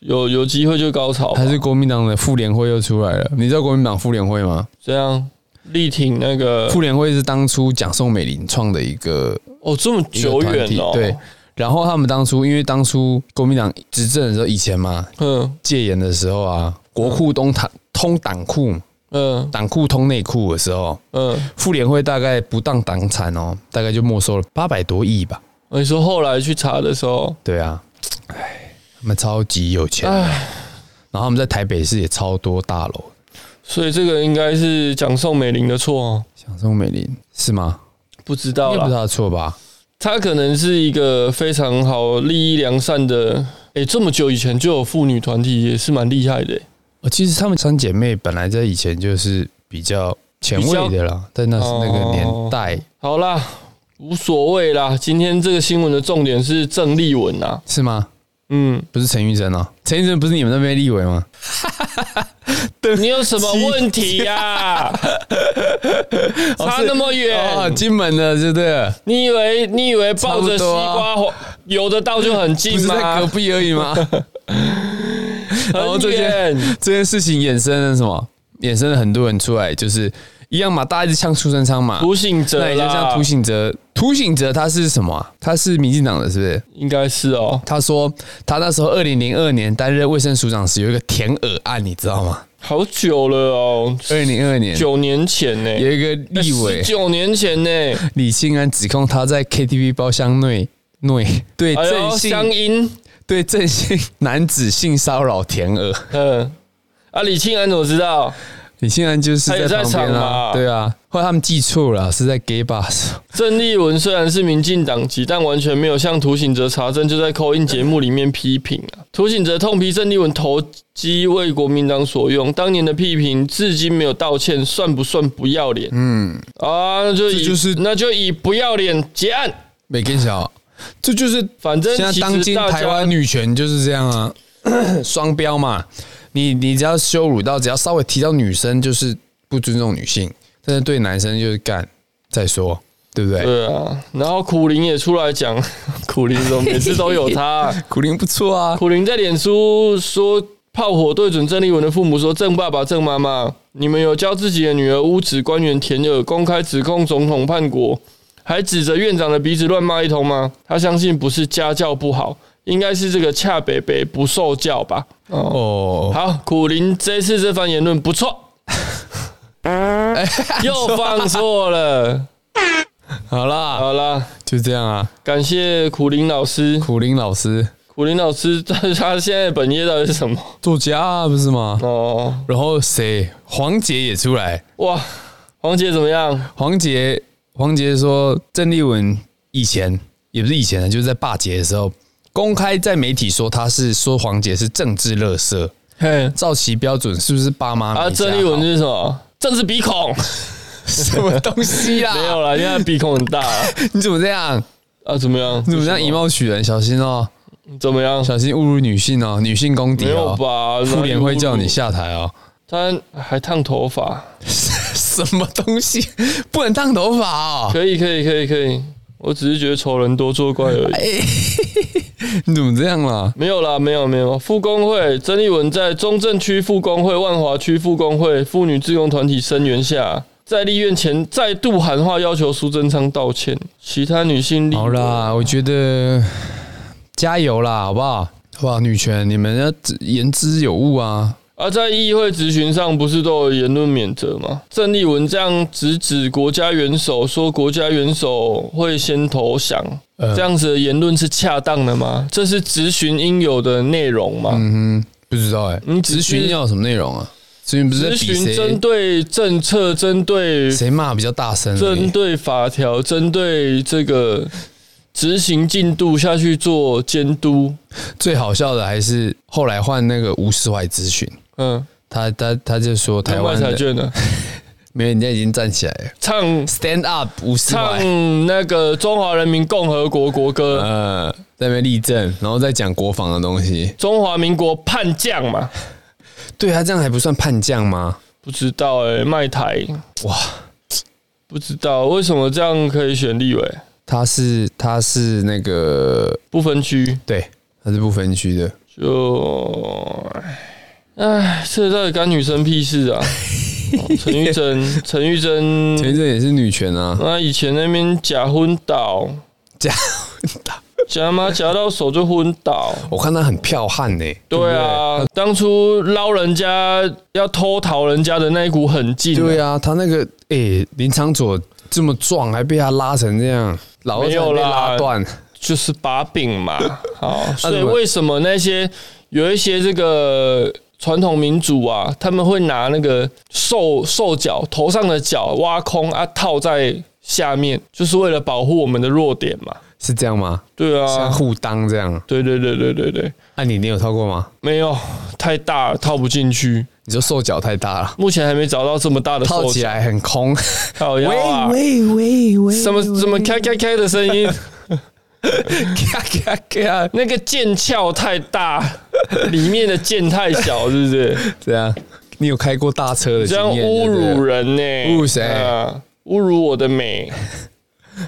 Speaker 1: 有有机会就高潮吧，
Speaker 2: 还是国民党的妇联会又出来了？你知道国民党妇联会吗？
Speaker 1: 这样力挺那个
Speaker 2: 妇联会是当初蒋宋美龄创的一个
Speaker 1: 哦，这么
Speaker 2: 一个
Speaker 1: 久
Speaker 2: 团
Speaker 1: 远
Speaker 2: 体
Speaker 1: 哦。
Speaker 2: 对，。然后他们当初因为当初国民党执政的时候，以前嘛
Speaker 1: 嗯
Speaker 2: 戒严的时候啊，国库东党通党库嘛
Speaker 1: 嗯
Speaker 2: 党库通内库的时候，
Speaker 1: 嗯，
Speaker 2: 妇联会大概不当党产哦，大概就没收了八百多亿吧。
Speaker 1: 哦你说后来去查的时候，
Speaker 2: 对啊，唉，他们超级有钱的，啊然后他们在台北市也超多大楼，
Speaker 1: 所以这个应该是蒋宋美龄的错哦，
Speaker 2: 像宋美龄是吗？
Speaker 1: 不知道
Speaker 2: 应该不是
Speaker 1: 啦。
Speaker 2: 他的错吧？
Speaker 1: 她可能是一个非常好、利益良善的。诶，这么久以前就有妇女团体，也是蛮厉害的、欸
Speaker 2: 哦，其实她们三姐妹本来在以前就是比较前卫的啦，但那是那个年代、
Speaker 1: 好啦，无所谓啦。今天这个新闻的重点是郑丽文啊，
Speaker 2: 是吗？
Speaker 1: 嗯，
Speaker 2: 不是陈玉珍哦，陈玉珍不是你们那边立委吗？
Speaker 1: 你有什么问题呀、 差那么远，
Speaker 2: 哦，金门的，对不对？
Speaker 1: 你以为你以为抱着西瓜游得到就很
Speaker 2: 不
Speaker 1: 近
Speaker 2: 是在隔
Speaker 1: 吗？
Speaker 2: 壁而已吗？然后这
Speaker 1: 很
Speaker 2: 件
Speaker 1: 远，
Speaker 2: 这件事情衍生了什么？衍生了很多人出来，就是一样嘛，大家一直呛苏贞昌嘛，
Speaker 1: 涂醒者
Speaker 2: 那也就像
Speaker 1: 啦
Speaker 2: 涂，醒哲，涂醒哲他是什么啊、他是民进党的，是不是？
Speaker 1: 应该是哦。
Speaker 2: 他说他那时候二零零二年担任卫生署长时有一个舔耳案，你知道吗？
Speaker 1: 好久了哦，
Speaker 2: 二零零二年
Speaker 1: 九年前呢、
Speaker 2: 有一个立委
Speaker 1: 九年前呢、
Speaker 2: 李庆安指控他在 KTV 包厢内内对
Speaker 1: 哎呦，
Speaker 2: 郑
Speaker 1: 乡
Speaker 2: 姓
Speaker 1: 音，
Speaker 2: 对郑姓男子性骚扰舔耳，
Speaker 1: 嗯，啊，李庆安怎么知道？
Speaker 2: 李庆安就是
Speaker 1: 他也
Speaker 2: 在
Speaker 1: 在
Speaker 2: 旁边
Speaker 1: 场
Speaker 2: 啊，
Speaker 1: 嘛
Speaker 2: 对啊，后来他们记错了，啊是在 gay bar 的时候。
Speaker 1: 郑丽文虽然是民进党籍，但完全没有向涂醒哲查证，就在扣音节目里面批评啊。涂醒哲痛批郑丽文投机为国民党所用，当年的批评至今没有道歉，算不算不要脸？嗯，啊，那就以
Speaker 2: 这就是
Speaker 1: 那就以不要脸结案。
Speaker 2: 没跟小，这就是
Speaker 1: 反正
Speaker 2: 现在
Speaker 1: 其实
Speaker 2: 当今
Speaker 1: 大家
Speaker 2: 台湾女权就是这样啊， 双标嘛。你你只要羞辱到，只要稍微提到女生，就是不尊重女性；但是对男生就是干再说，对不对？
Speaker 1: 对啊，然后苦林也出来讲，苦林怎么每次都有他啊、
Speaker 2: 苦林不错啊，
Speaker 1: 苦林在脸书说，炮火对准郑丽文的父母说：“郑爸爸、郑妈妈，你们有教自己的女儿污指官员舔耳，公开指控总统叛国，还指着院长的鼻子乱骂一通吗？”他相信不是家教不好，应该是这个恰北北不受教吧。
Speaker 2: 哦，
Speaker 1: 好，苦林这次这番言论不错，哎又放错了。
Speaker 2: 好啦，
Speaker 1: 好啦，
Speaker 2: 就这样啊。
Speaker 1: 感谢苦林老师。
Speaker 2: 苦林老师
Speaker 1: 苦林老师，他现在的本业到底是什么？
Speaker 2: 作家啊不是吗？
Speaker 1: 哦。
Speaker 2: 然后谁？黄杰也出来，
Speaker 1: 哇，黄姐怎么样？
Speaker 2: 黄杰，黄杰说郑丽文以前也不是以前的，就是在罢节的时候，公开在媒体说他是说黄杰是政治垃圾，
Speaker 1: 嘿，
Speaker 2: 照其标准是不是爸妈
Speaker 1: 啊，
Speaker 2: 没家好
Speaker 1: 郑丽文是什么？政治鼻孔
Speaker 2: 什么东西啦？
Speaker 1: 没有啊啦，现在鼻孔很大啊。
Speaker 2: 你怎么这样？
Speaker 1: 啊怎么样？
Speaker 2: 你怎么这样以貌取人？小心哦、
Speaker 1: 怎么样？
Speaker 2: 小心侮辱女性哦，女性公敌
Speaker 1: 没有
Speaker 2: 哦，
Speaker 1: 吧？
Speaker 2: 妇联会叫你
Speaker 1: 下，
Speaker 2: 下台哦。
Speaker 1: 他还烫头发，
Speaker 2: 什么东西不能烫头发哦？
Speaker 1: 可以，可以，可以，可以。我只是觉得仇人多作怪而已。
Speaker 2: 你怎么这样啦？
Speaker 1: 没有啦，没有没有。副工会曾立文在中正区副工会、万华区副工会妇女志工团体声援下，在立院前再度喊话，要求苏贞昌道歉。其他女性立委
Speaker 2: 好啦，我觉得加油啦，好不好？好不好？女权，你们要言之有物啊！
Speaker 1: 而在议会质询上，不是都有言论免责吗？郑丽文这样直指国家元首，说国家元首会先投降，
Speaker 2: 呃
Speaker 1: 这样子的言论是恰当的吗？这是质询应有的内容吗？
Speaker 2: 嗯不知道哎、
Speaker 1: 你只
Speaker 2: 咨
Speaker 1: 是
Speaker 2: 询要有什么内容啊？咨询不是在
Speaker 1: 咨
Speaker 2: 比
Speaker 1: 询针
Speaker 2: 谁
Speaker 1: 对政策，针对
Speaker 2: 谁骂比较大声而已？
Speaker 1: 针对法条，针对这个执行进度下去做监督。
Speaker 2: 最好笑的还是后来换那个吴世怀咨询，
Speaker 1: 嗯，
Speaker 2: 他他他就说台
Speaker 1: 台
Speaker 2: 湾
Speaker 1: 湾彩
Speaker 2: 的，
Speaker 1: 券呢，
Speaker 2: 没有人家已经站起来了
Speaker 1: 唱
Speaker 2: ，stand up 吴世怀，
Speaker 1: 唱那个中华人民共和国国歌。
Speaker 2: 呃，在那边立正，然后再讲国防的东西。
Speaker 1: 中华民国叛将嘛，
Speaker 2: 对他这样还不算叛将吗？
Speaker 1: 不知道哎、卖台
Speaker 2: 哇，
Speaker 1: 不知道为什么这样可以选立委，
Speaker 2: 他是他是那个
Speaker 1: 不分区
Speaker 2: 对，他是不分区的。
Speaker 1: 就，哎，这到底干女生屁事 啊？哦陈玉珍，陈玉
Speaker 2: 前
Speaker 1: 珍，
Speaker 2: 一阵也是女权 啊，
Speaker 1: 那以前那边假昏倒，
Speaker 2: 假，
Speaker 1: 夹嘛夹到手就昏倒。
Speaker 2: 我看他很彪悍欸呢、
Speaker 1: 对啊，当初捞人家要偷逃人家的那一股狠劲、
Speaker 2: 对啊，他那个诶、林长佐这么壮，还被他拉成这样，老二
Speaker 1: 没有
Speaker 2: 差点被
Speaker 1: 啦
Speaker 2: 拉断。
Speaker 1: 就是把柄 嘛。好，所以
Speaker 2: 怎么
Speaker 1: 为什么那些有一些这个传统民族啊，他们会拿那个兽兽角头上的角挖空啊，套在下面，就是为了保护我们的弱点嘛。
Speaker 2: 是这样吗？
Speaker 1: 对
Speaker 2: 像
Speaker 1: 啊，
Speaker 2: 护裆这样？
Speaker 1: 对对对对对对，
Speaker 2: 那、你你有套过吗？
Speaker 1: 没有太大套不进去，
Speaker 2: 你说兽脚太大 了，
Speaker 1: 目前还没找到这么大的
Speaker 2: 套
Speaker 1: 兽
Speaker 2: 起
Speaker 1: 角。
Speaker 2: 来很空。
Speaker 1: 好呀、啊，
Speaker 2: 喂喂喂
Speaker 1: 什么 什么咔咔咔的声音，
Speaker 2: 咔咔咔，
Speaker 1: 那个剑鞘太大，里面的剑太小，是不是？
Speaker 2: 这样你有开过大车的
Speaker 1: 这
Speaker 2: 经
Speaker 1: 样
Speaker 2: 验？
Speaker 1: 侮
Speaker 2: 对不
Speaker 1: 辱
Speaker 2: 对
Speaker 1: 人呢、
Speaker 2: 侮辱谁
Speaker 1: 啊侮辱我的美！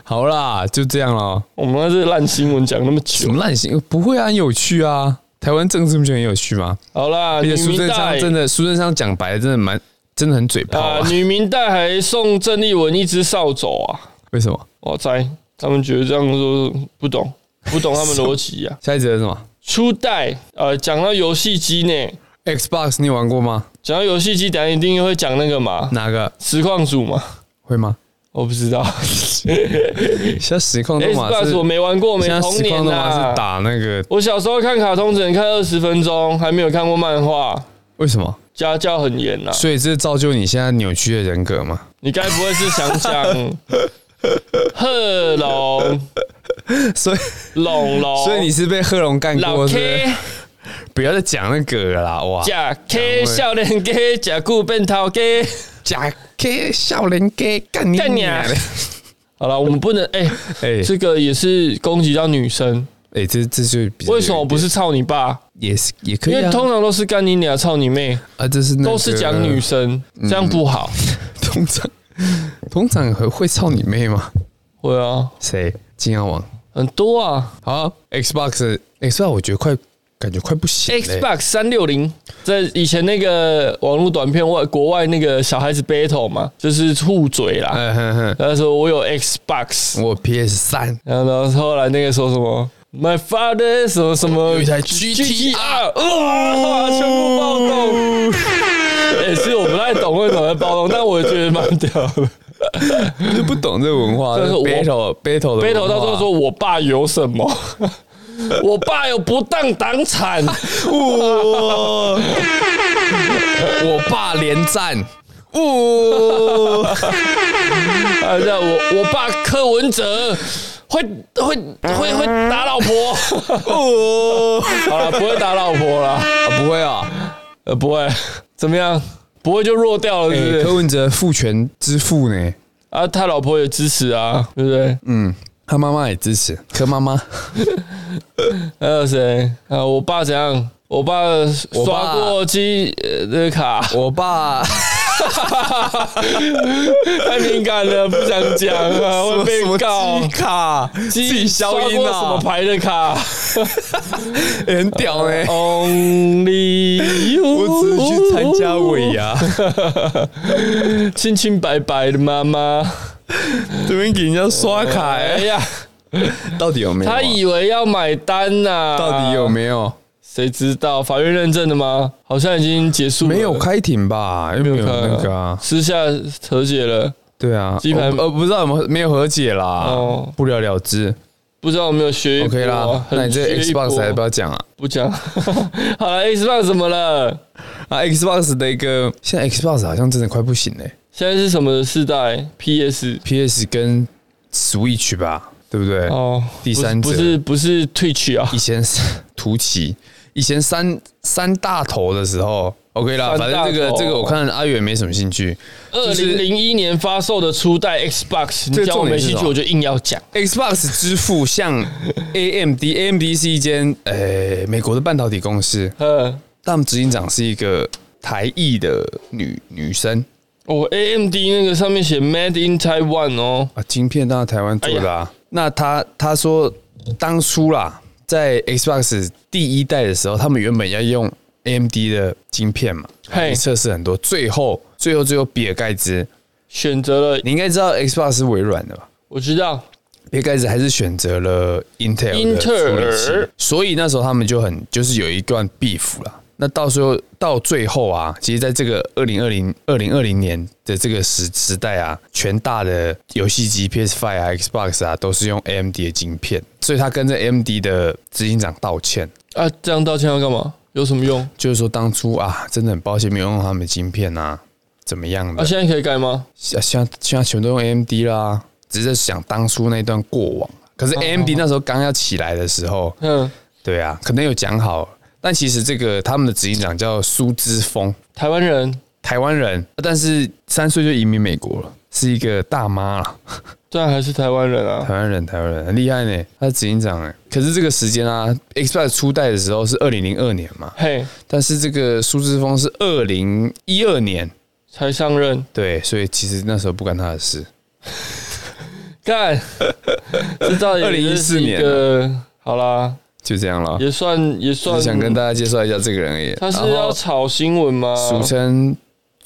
Speaker 2: 好啦，就这样咯。
Speaker 1: 我们这烂新闻讲那么
Speaker 2: 什
Speaker 1: 久
Speaker 2: 么，烂行？不会啊，很有趣啊。台湾政治不就很有趣吗？
Speaker 1: 好啦，
Speaker 2: 而
Speaker 1: 女
Speaker 2: 且哎苏
Speaker 1: 民
Speaker 2: 贞
Speaker 1: 代
Speaker 2: 昌真的，苏贞昌讲白了，真的蛮，真的很嘴炮
Speaker 1: 啊
Speaker 2: 啊，。
Speaker 1: 女民代还送郑丽文一只扫帚啊！
Speaker 2: 为什么？
Speaker 1: 哇塞，他们觉得这样说不懂，不懂他们逻辑 啊。
Speaker 2: 下一则是什么
Speaker 1: 初代呃，讲到游戏机呢，
Speaker 2: ？Xbox 你有玩过吗？
Speaker 1: 讲到游戏机，等一下一定会讲那个嘛，
Speaker 2: 哪个
Speaker 1: 实况组嘛，
Speaker 2: 会吗？
Speaker 1: 我不知道。
Speaker 2: 现在实况动画
Speaker 1: Xbox 我
Speaker 2: 是，
Speaker 1: 没玩过，我没
Speaker 2: 现在
Speaker 1: 童
Speaker 2: 实
Speaker 1: 年
Speaker 2: 况动画
Speaker 1: 啊
Speaker 2: 是。打那个
Speaker 1: 我小时候看卡通只能看二十分钟，还没有看过漫画，
Speaker 2: 为什么？
Speaker 1: 家教很严呐、
Speaker 2: 所以这造就你现在扭曲的人格吗？
Speaker 1: 你该不会是想讲贺龙、
Speaker 2: 所以，
Speaker 1: 龙龙？
Speaker 2: 所以你是被贺龙干
Speaker 1: 哦老
Speaker 2: 过，是不是
Speaker 1: K
Speaker 2: 不要再讲那个了啦，哇！
Speaker 1: 假 K 少年 K 假固变头 K。
Speaker 2: 假 K 笑脸 K 干你
Speaker 1: 干你
Speaker 2: 娘
Speaker 1: 啊
Speaker 2: 的！
Speaker 1: 好了，我们 不能哎、
Speaker 2: 哎
Speaker 1: 这个也是攻击到女生，
Speaker 2: 哎，这这就比较
Speaker 1: 为什么不是操你爸？
Speaker 2: 也是也可
Speaker 1: 因
Speaker 2: 以
Speaker 1: 为
Speaker 2: 啊？
Speaker 1: 通常都是干你俩、操你妹，
Speaker 2: 啊，这是那个嗯
Speaker 1: 都是讲女，生，这样不好。
Speaker 2: 通常通常会会操你妹吗？
Speaker 1: 会啊，
Speaker 2: 谁？金耀王。
Speaker 1: 很多啊
Speaker 2: 好啊，Xbox Xbox 我觉得快感觉快不行嘞
Speaker 1: ，Xbox 三六零，在以前那个网络短片外国外那个小孩子 battle 嘛，就是互嘴啦。
Speaker 2: 嗯哼哼，
Speaker 1: 他说我有 Xbox，
Speaker 2: 我 PS 三
Speaker 1: 然后然后后来那个说什么 My father 什么什么
Speaker 2: 有一台
Speaker 1: GTR，
Speaker 2: GTR
Speaker 1: 哇，全部暴动。也是我不太懂为什么会暴动，但我觉得蛮屌的。
Speaker 2: 就不懂这文化，
Speaker 1: 但 是我
Speaker 2: battle battle 的
Speaker 1: battle
Speaker 2: 文化
Speaker 1: 到最后说我爸有什么？我爸有不当党产，
Speaker 2: 我我爸连战， 呜，
Speaker 1: 啊，那我我爸柯文哲会会会会打老 婆，
Speaker 2: 哦
Speaker 1: 好了，不会打老婆啦，
Speaker 2: 不会啊，
Speaker 1: 呃，不会，怎么样？不会就弱掉了，是不
Speaker 2: 哎
Speaker 1: 是？
Speaker 2: 柯文哲父权之父呢？
Speaker 1: 啊，他老婆也支持啊，对不对？
Speaker 2: 嗯，他妈妈也支持，柯妈妈，
Speaker 1: 还有谁啊？我爸怎样？我爸
Speaker 2: 我
Speaker 1: 刷
Speaker 2: 爸
Speaker 1: 过机呃的卡，
Speaker 2: 我 爸
Speaker 1: 太敏感了，不想讲 啊，
Speaker 2: 呃
Speaker 1: 会被告
Speaker 2: 什么。机卡，自己消音
Speaker 1: 刷过什么
Speaker 2: 啊，
Speaker 1: 牌的卡
Speaker 2: 欸很屌哎、
Speaker 1: ？Only you，
Speaker 2: 我只是去参加尾牙，
Speaker 1: 清清白白的妈妈。
Speaker 2: 这边给人家刷卡、
Speaker 1: 哎
Speaker 2: 欸，
Speaker 1: 呀，
Speaker 2: 到底有没有啊、
Speaker 1: 他以为要买单呐、
Speaker 2: 到底有？没有？
Speaker 1: 谁知道？法院认证的吗？好像已经结束了，
Speaker 2: 没有开庭吧？又没有那个啊？
Speaker 1: 私下和解了，
Speaker 2: 对啊，
Speaker 1: 鸡排
Speaker 2: 呃不知道有没有没有和解啦，
Speaker 1: 哦
Speaker 2: 不了了之。
Speaker 1: 不知道有没有学一波
Speaker 2: OK 啦，那你这 Xbox 还要不
Speaker 1: 不
Speaker 2: 要讲啊？
Speaker 1: 不讲？ 好了，Xbox 怎么了？
Speaker 2: 啊，Xbox 的一个现在 Xbox 好像真的快不行嘞、
Speaker 1: 现在是什么世代？PS
Speaker 2: p s 跟 Switch 吧，对不对？
Speaker 1: 哦，
Speaker 2: 第三者
Speaker 1: 不是不是不是 Twitch 啊
Speaker 2: 以，前是图奇，以前三三大头的时候，OK 啦，
Speaker 1: 三
Speaker 2: 反
Speaker 1: 大头
Speaker 2: 正这个这个我看阿远没什么兴趣。
Speaker 1: 二
Speaker 2: 就是
Speaker 1: 零零一年发售的初代 Xbox，
Speaker 2: 这
Speaker 1: 你讲我
Speaker 2: 重点
Speaker 1: 没
Speaker 2: 是
Speaker 1: 兴
Speaker 2: 什
Speaker 1: 趣，
Speaker 2: 么
Speaker 1: 我就硬要讲。
Speaker 2: Xbox 之父像 AMD，AMD AMD 是一间呃、美国的半导体公司，
Speaker 1: 嗯，
Speaker 2: 他们执行长是一个台裔的女女生
Speaker 1: 我 AMD 那个上面写 Made in Taiwan 哦，
Speaker 2: 啊，晶片当然台湾做的啊。那她她说当初啦，在 Xbox 第一代的时候，他们原本要用 AMD 的晶片嘛，
Speaker 1: 嘿
Speaker 2: 测试很多，最后最后最后比尔盖茨，
Speaker 1: 选择了，
Speaker 2: 你应该知道 Xbox 是微软的吧？
Speaker 1: 我知道，
Speaker 2: 比尔盖茨还是选择了 Intel 的
Speaker 1: 英特
Speaker 2: 处
Speaker 1: 尔
Speaker 2: 理器，所以那时候他们就很就是有一段 beef 啦。那到时候到最后啊，其实在这个二零二零二零二零年的这个时时代啊，全大的游戏机 PS Five 啊、Xbox 啊都是用 AMD 的晶片，所以他跟着 AMD 的执行长道歉，
Speaker 1: 啊，这样道歉要干嘛？有什么用？
Speaker 2: 就是说当初啊，真的很抱歉没有用他们的晶片啊，怎么样的
Speaker 1: 啊，？现在可以改吗？
Speaker 2: 现现在现在全都用 AMD 啦，只是想当初那段过往。可是 AMD 那时候刚要起来的时候，
Speaker 1: 嗯，
Speaker 2: 对啊，可能有讲好，但其实这个他们的执行长叫苏之峰，
Speaker 1: 台湾人，
Speaker 2: 台湾人，但是三岁就移民美国了，是一个大妈了，
Speaker 1: 但还是台湾人啊。
Speaker 2: 台湾人，台湾人很厉害呢，他是执行长哎。可是这个时间啊，Xbox 初代的时候是二零零二年嘛，
Speaker 1: 嘿，
Speaker 2: 但是这个苏之峰是二零一二年，
Speaker 1: 才上任，
Speaker 2: 对，所以其实那时候不干他的事。
Speaker 1: 干， 这到底
Speaker 2: 2014
Speaker 1: 是一个好啦，
Speaker 2: 就这样了，
Speaker 1: 也算也
Speaker 2: 就
Speaker 1: 算
Speaker 2: 是想跟大家介绍一下这个人而已。
Speaker 1: 他是
Speaker 2: 然
Speaker 1: 要
Speaker 2: 后
Speaker 1: 炒新闻吗？
Speaker 2: 俗称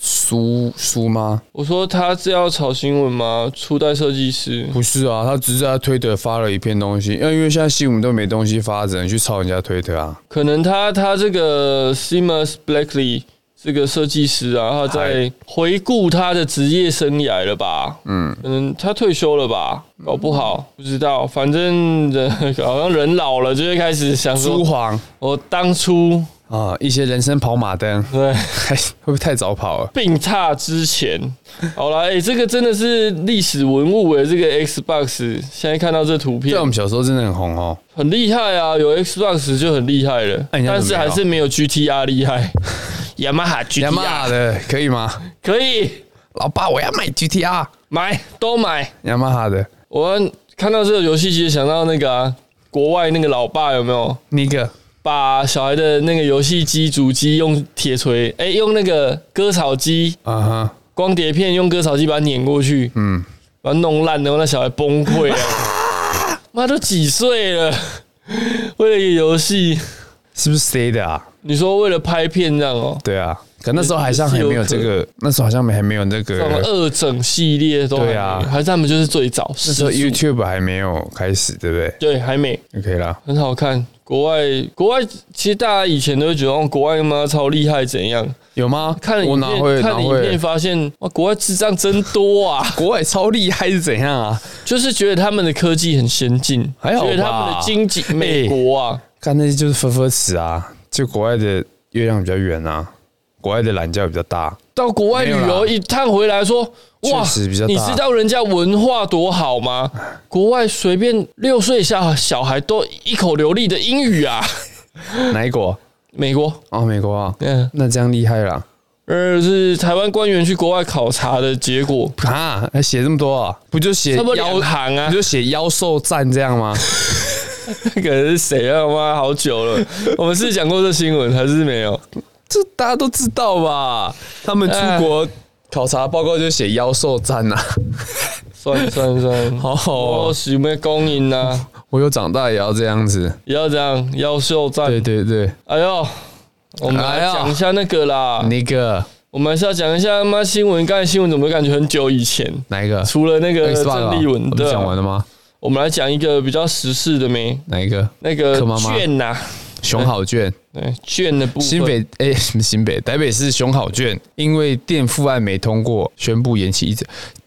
Speaker 2: 苏苏吗？
Speaker 1: 我说他是要炒新闻吗？初代设计师，
Speaker 2: 不是啊，他只是在他推特发了一篇东西，因为因为现在新闻都没东西发，只能去抄人家推特啊。
Speaker 1: 可能他他这个 Simmons Blackley 这个设计师啊，他在回顾他的职业生涯了吧？嗯，可能他退休了吧？搞不好不知道，反正人 好像人老了就会开始想
Speaker 2: 朱
Speaker 1: 说，
Speaker 2: 黄
Speaker 1: 我当初
Speaker 2: 啊，一些人生跑马灯，
Speaker 1: 对
Speaker 2: 还会不会太早跑了？
Speaker 1: 病榻之前，好啦，哎、这个真的是历史文物诶、这个 Xbox 现在看到这图片
Speaker 2: 在我们小时候真的很红哦。
Speaker 1: 很厉害啊，有 Xbox 就很厉害了，
Speaker 2: 那哎你要
Speaker 1: 但是
Speaker 2: 怎么
Speaker 1: 还
Speaker 2: 样
Speaker 1: 是没有 GTR 厉 害。雅马哈
Speaker 2: 雅马
Speaker 1: GTR
Speaker 2: 哈的可以吗？
Speaker 1: 可以
Speaker 2: 老爸，我要买 GTR。
Speaker 1: 买都买。
Speaker 2: 雅马哈的
Speaker 1: 我看到这个游戏机，想到那个啊，国外那个老爸有没有
Speaker 2: 那个
Speaker 1: 把小孩的那个游戏机主机用铁锤，哎、用那个割草机
Speaker 2: 啊哈，
Speaker 1: 光碟片，用割草机把它碾过去，嗯，把它弄烂，然后那小孩崩溃啊， 妈都几岁了，为了一个游戏，
Speaker 2: 是不是 C 的啊？
Speaker 1: 你说为了拍片这样哦、
Speaker 2: 对啊，可那时候好像还
Speaker 1: 也是有
Speaker 2: 没有这个，那时候好像还没有那
Speaker 1: 什么
Speaker 2: 个，
Speaker 1: 二整系列都还没
Speaker 2: 对啊
Speaker 1: 还是他们就是最早，
Speaker 2: 那
Speaker 1: 那
Speaker 2: 时候 YouTube 还没有开始，对不对
Speaker 1: 对还没。
Speaker 2: ？OK 啦，
Speaker 1: 很好看。国外国外其实大家以前都会觉得哦，国外妈超厉害怎样？
Speaker 2: 有吗？
Speaker 1: 看了
Speaker 2: 我
Speaker 1: 影
Speaker 2: 哪
Speaker 1: 片，
Speaker 2: 会
Speaker 1: 看
Speaker 2: 哪
Speaker 1: 了影片
Speaker 2: 会？
Speaker 1: 发现哇，国外智障真多啊！
Speaker 2: 国外超厉害是怎样啊？
Speaker 1: 就是觉得他们的科技很先进，
Speaker 2: 还好吧哎
Speaker 1: 觉得他们的经济美国啊，
Speaker 2: 看那些就是分分词啊，就国外的月亮比较圆啊，国外的懒觉比较大，
Speaker 1: 到国外旅
Speaker 2: 没有
Speaker 1: 游
Speaker 2: 啦
Speaker 1: 一趟回来说。哇
Speaker 2: 确实比较，大
Speaker 1: 你知道人家文化多好 吗？国外随便六岁以下小孩都一口流利的英语啊！
Speaker 2: 哪一国？
Speaker 1: 美国，
Speaker 2: 哦，美国啊，
Speaker 1: 嗯，
Speaker 2: 那这样厉害啦。
Speaker 1: 二是台湾官员去国外考察的结果。
Speaker 2: 啊，还写这么多啊？不就写
Speaker 1: 差不多
Speaker 2: 妖
Speaker 1: 两行啊
Speaker 2: 不就写妖兽战这样吗？
Speaker 1: 那个人是谁啊？妈，好久了，我们是讲过这新闻还是没有？
Speaker 2: 这大家都知道吧？哎他们出国考察报告就写妖兽战啊。
Speaker 1: 算算算，
Speaker 2: 好好哦
Speaker 1: 我是没公赢呐，
Speaker 2: 我有长大也要这样子。
Speaker 1: 也啊要这样，要秀
Speaker 2: 对
Speaker 1: 赞。
Speaker 2: 对对，
Speaker 1: 哎呦，我们来
Speaker 2: 哎呦
Speaker 1: 讲一下那个啦，
Speaker 2: 那个
Speaker 1: 我们还是要讲一下妈新闻。刚才新闻怎么感觉很久以前？
Speaker 2: 哪一个？
Speaker 1: 除了那个
Speaker 2: Xbox 啊
Speaker 1: 郑丽文
Speaker 2: 我们
Speaker 1: 的，
Speaker 2: 讲完了吗？
Speaker 1: 我们来讲一个比较时事的没？
Speaker 2: 哪一个？
Speaker 1: 那个
Speaker 2: 柯妈妈
Speaker 1: 券呐、
Speaker 2: 熊好券，
Speaker 1: 对券的部分，
Speaker 2: 新北哎、什么新北台北市熊好券，因为垫付案没通过，宣布延期一整。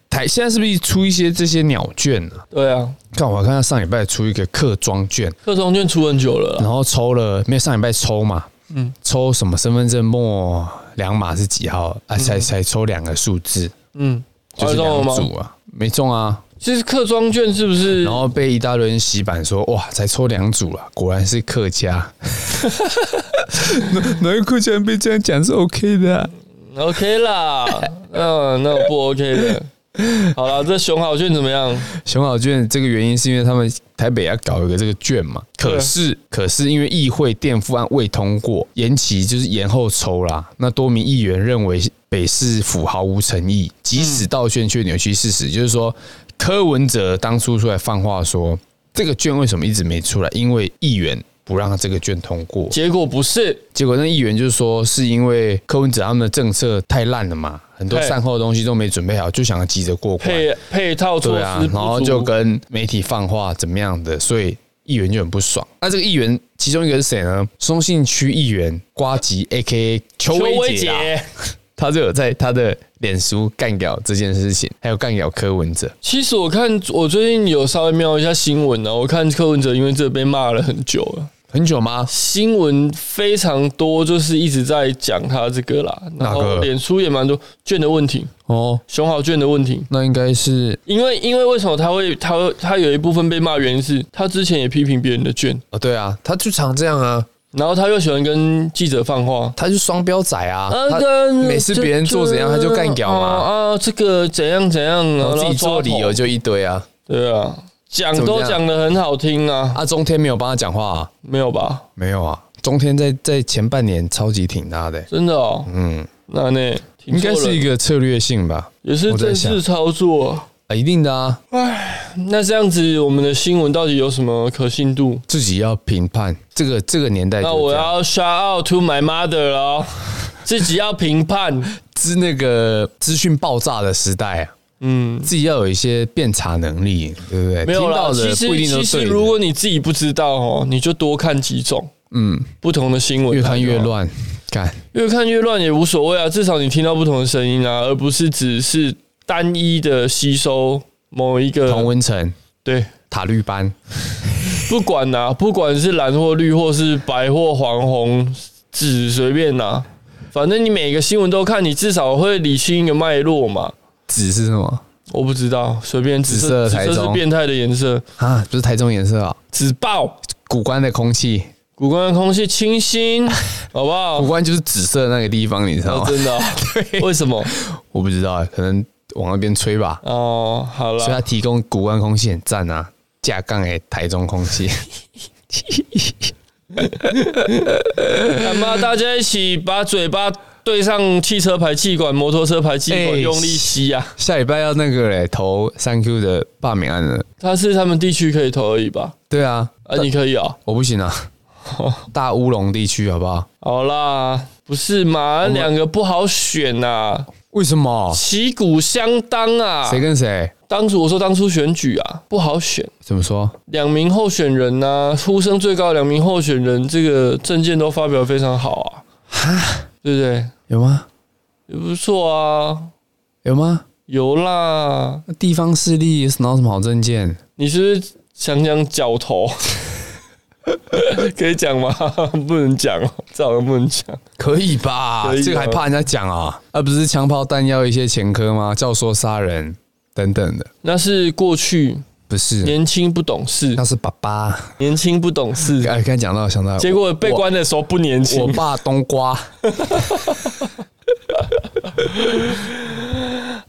Speaker 2: 台现在是不是出一些这些鸟券啊？
Speaker 1: 对啊，
Speaker 2: 看我看他上礼拜出一个客庄券，
Speaker 1: 客庄券出很久了啦，
Speaker 2: 然后抽了，没有上礼拜抽嘛，嗯，抽什么身份证末两码是几号啊？才才抽两个数字，
Speaker 1: 嗯，
Speaker 2: 就是
Speaker 1: 啊中了
Speaker 2: 两
Speaker 1: 吗
Speaker 2: 组啊，没中啊，
Speaker 1: 其实客庄券是不是？
Speaker 2: 然后被一大堆人洗版说哇，才抽两组啊，果然是客家， 哪哪个客家人被这样讲是 OK 的、啊？
Speaker 1: OK 啦，嗯，那我不 OK 的。好了，这熊好券怎么样？
Speaker 2: 熊好券这个原因是因为他们台北要搞一个这个券嘛，可是可是因为议会垫付案未通过，延期就是延后抽啦。那多名议员认为北市府毫无诚意，即使道歉却扭曲事实，就是说柯文哲当初出来放话说这个券为什么一直没出来，因为议员。不让这个券通过，
Speaker 1: 结果不是，
Speaker 2: 结果那议员就说是因为柯文哲他们的政策太烂了嘛，很多
Speaker 1: 对
Speaker 2: 善后的东西都没准备好，就想要急着过关。
Speaker 1: 配配套措
Speaker 2: 对
Speaker 1: 施、
Speaker 2: 啊，然后就跟媒体放话怎么样的，所以议员就很不爽。那这个议员其中一个是谁呢？松信区议员瓜吉 A K A 邱
Speaker 1: 邱
Speaker 2: 威
Speaker 1: 威
Speaker 2: 杰啊，
Speaker 1: 杰
Speaker 2: 他就有在他的脸书干掉这件事情，还有干掉柯文哲。
Speaker 1: 其实我看我最近有稍微瞄一下新闻啊呢、我看柯文哲因为这被骂了很久了，
Speaker 2: 很久吗？
Speaker 1: 新闻非常多，就是一直在讲他这个啦，然
Speaker 2: 哪
Speaker 1: 后
Speaker 2: 个
Speaker 1: 脸书也蛮多券的问题，
Speaker 2: 哦，
Speaker 1: 熊好券的问题。
Speaker 2: 那应该是
Speaker 1: 因为因为为什么他会他会他有一部分被骂，原因是他之前也批评别人的券，
Speaker 2: 哦，对啊，他就常这样啊，
Speaker 1: 然后他又喜欢跟记者放话，
Speaker 2: 他就双标仔啊，他
Speaker 1: 跟
Speaker 2: 每次别人做怎样他就干掉嘛，
Speaker 1: 啊，啊这个怎样怎样，
Speaker 2: 然后自己
Speaker 1: 抓
Speaker 2: 做理由
Speaker 1: 头
Speaker 2: 就一堆啊。
Speaker 1: 对啊，讲
Speaker 2: 怎么
Speaker 1: 都
Speaker 2: 这样
Speaker 1: 讲的很好听啊，
Speaker 2: 啊，中天没有帮他讲话啊？
Speaker 1: 没有吧？
Speaker 2: 没有啊，中天在在前半年超级挺他的欸、
Speaker 1: 真的哦，
Speaker 2: 嗯。
Speaker 1: 那呢，挺
Speaker 2: 应该
Speaker 1: 错了
Speaker 2: 是一个策略性吧，
Speaker 1: 也是
Speaker 2: 我在
Speaker 1: 正
Speaker 2: 想
Speaker 1: 式操作。
Speaker 2: 啊，一定的啊，
Speaker 1: 那这样子，我们的新闻到底有什么可信度？
Speaker 2: 自己要评判这个这个年代哎就是
Speaker 1: 那
Speaker 2: 这样。
Speaker 1: 我要 shout out to my mother 咯，自己要评判。
Speaker 2: 是那个资讯爆炸的时代啊，
Speaker 1: 嗯，
Speaker 2: 自己要有一些辨查能力，对不对？
Speaker 1: 没有
Speaker 2: 听
Speaker 1: 啦，
Speaker 2: 到
Speaker 1: 其
Speaker 2: 的
Speaker 1: 实
Speaker 2: 不一定都
Speaker 1: 其实
Speaker 2: 对的
Speaker 1: 如果你自己不知道哦，你就多看几种，
Speaker 2: 嗯，
Speaker 1: 不同的新闻，啊
Speaker 2: 越看越。乱，干
Speaker 1: 越看越乱也无所谓啊，至少你听到不同的声音啊，而不是只是单一的吸收某一个
Speaker 2: 童文成、
Speaker 1: 对，
Speaker 2: 塔绿班，
Speaker 1: 不管呐、不管是蓝或绿，或是白或黄红紫，随便呐、反正你每个新闻都看，你至少会理清一个脉络嘛。
Speaker 2: 紫是什么
Speaker 1: 我不知道，随便紫
Speaker 2: 紫色
Speaker 1: 色，
Speaker 2: 的
Speaker 1: 紫
Speaker 2: 台
Speaker 1: 色是
Speaker 2: 中
Speaker 1: 变态的颜色，
Speaker 2: 啊？不是台中颜色啊，
Speaker 1: 紫爆。
Speaker 2: 古关的空气，
Speaker 1: 古关的空气清 新，好不好
Speaker 2: 古？关就是紫色的那个地方，你知道
Speaker 1: 哦
Speaker 2: 吗？
Speaker 1: 真的 哦、为什么？
Speaker 2: 我不知道，可能往那边吹吧。
Speaker 1: 哦，好
Speaker 2: 所以
Speaker 1: 了
Speaker 2: 它，提供古关空气很赞啊，架杠诶，台中空 气。
Speaker 1: 干嘛大家一起把嘴巴对上汽车排气管、摩托车排气管，
Speaker 2: 哎
Speaker 1: 用力吸啊！
Speaker 2: 下礼拜要那个嘞投三 Q 的罢免案了。
Speaker 1: 它是他们地区可以投而已吧？
Speaker 2: 对啊，
Speaker 1: 啊，你可以啊、
Speaker 2: 我不行啊，大乌龙地区好不好？
Speaker 1: 好啦，不是嘛？两个不好选呐、
Speaker 2: 为什么？
Speaker 1: 旗鼓相当啊！
Speaker 2: 谁跟谁？
Speaker 1: 当初我说当初选举啊不好选，
Speaker 2: 怎么说？
Speaker 1: 两名候选人呐、呼声最高的两名候选人，这个证件都发表得非常好啊，对不对？
Speaker 2: 有吗？
Speaker 1: 也不错啊，
Speaker 2: 有吗？
Speaker 1: 有啦。
Speaker 2: 那地方势力哪有什么好证件？
Speaker 1: 你是不是想讲脚头？ 可以讲吗？不能讲哦，这好像不能讲。
Speaker 2: 可以吧
Speaker 1: 可以啊
Speaker 2: 这个还怕人家讲啊？而、不是枪炮弹药一些前科吗？教唆杀人等等的，
Speaker 1: 那是过去
Speaker 2: 不是？
Speaker 1: 年轻不懂事
Speaker 2: 那，是爸爸。
Speaker 1: 年轻不懂事，
Speaker 2: 哎，刚才讲到想到，
Speaker 1: 结果被
Speaker 2: 我
Speaker 1: 关的时候不年轻
Speaker 2: 我，爸冬瓜，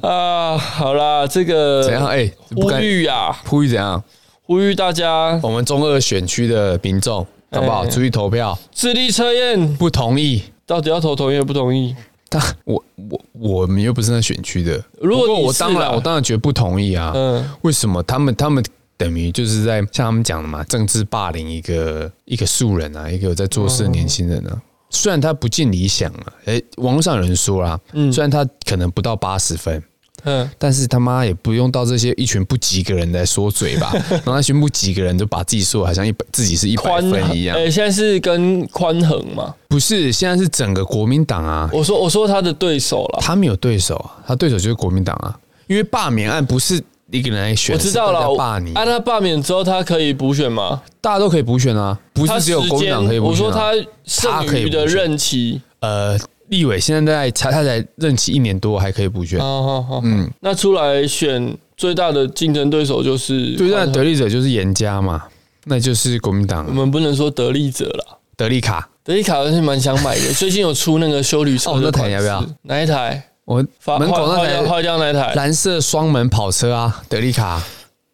Speaker 1: 啊，好啦，这个
Speaker 2: 怎样哎不
Speaker 1: 呃呼
Speaker 2: 该
Speaker 1: 吁啊，
Speaker 2: 呼吁怎样？
Speaker 1: 呼吁大家
Speaker 2: 我们中二选区的民众，好不好？
Speaker 1: 哎
Speaker 2: 出去投票，
Speaker 1: 智力测验
Speaker 2: 不同意。
Speaker 1: 到底要投同意还不同意？
Speaker 2: 但我我我们又不是那选区的，
Speaker 1: 如果
Speaker 2: 不过
Speaker 1: 你
Speaker 2: 我
Speaker 1: 是
Speaker 2: 当
Speaker 1: 啦
Speaker 2: 然我当然觉得不同意啊。
Speaker 1: 嗯
Speaker 2: 为什么他们他们等于就是在像他们讲的嘛，政治霸凌一个一个素人啊，一个有在做事的年轻人啊。
Speaker 1: 哦
Speaker 2: 虽然他不尽理想啊，哎、网络上有人说啦，虽然他可能不到八十分，
Speaker 1: 嗯，
Speaker 2: 但是他妈也不用到这些一群不及格人来说 嘴吧，然后那群不及格人就把自己说得好像一百自己是一百
Speaker 1: 宽
Speaker 2: 分一样，
Speaker 1: 哎，现在是跟宽恒嘛？
Speaker 2: 不是，现在是整个国民党啊，
Speaker 1: 我说我说他的对手啦，
Speaker 2: 他没有对手啊，他对手就是国民党啊，因为罢免案不是一个人来选，
Speaker 1: 我啊知道
Speaker 2: 是大家
Speaker 1: 了。
Speaker 2: 罢你，
Speaker 1: 按他罢免之后，他可以补选吗？
Speaker 2: 大家都可以补选啊，不
Speaker 1: 他
Speaker 2: 是只有
Speaker 1: 时
Speaker 2: 国民
Speaker 1: 间
Speaker 2: 党可以补
Speaker 1: 我
Speaker 2: 选、啊。
Speaker 1: 说他剩
Speaker 2: 他可以
Speaker 1: 余的
Speaker 2: 补选
Speaker 1: 任期，
Speaker 2: 呃，立委现在在才他才任期一年多，还可以补选。
Speaker 1: 哦好好，嗯，那出来选最大的竞争对手就是宽
Speaker 2: 对战
Speaker 1: 恒
Speaker 2: 得利者就是严家嘛，那就是国民党
Speaker 1: 我们不能说得利者啦。
Speaker 2: 得利卡。
Speaker 1: 德利卡我是蛮想买 的，最近有出那个修旅车
Speaker 2: 哦
Speaker 1: 的
Speaker 2: 那台
Speaker 1: 款式
Speaker 2: 要不要？
Speaker 1: 哪一台？
Speaker 2: 我
Speaker 1: 发
Speaker 2: 门口那
Speaker 1: 坏掉
Speaker 2: 台
Speaker 1: 坏掉那台？
Speaker 2: 蓝色双门跑车啊，德利卡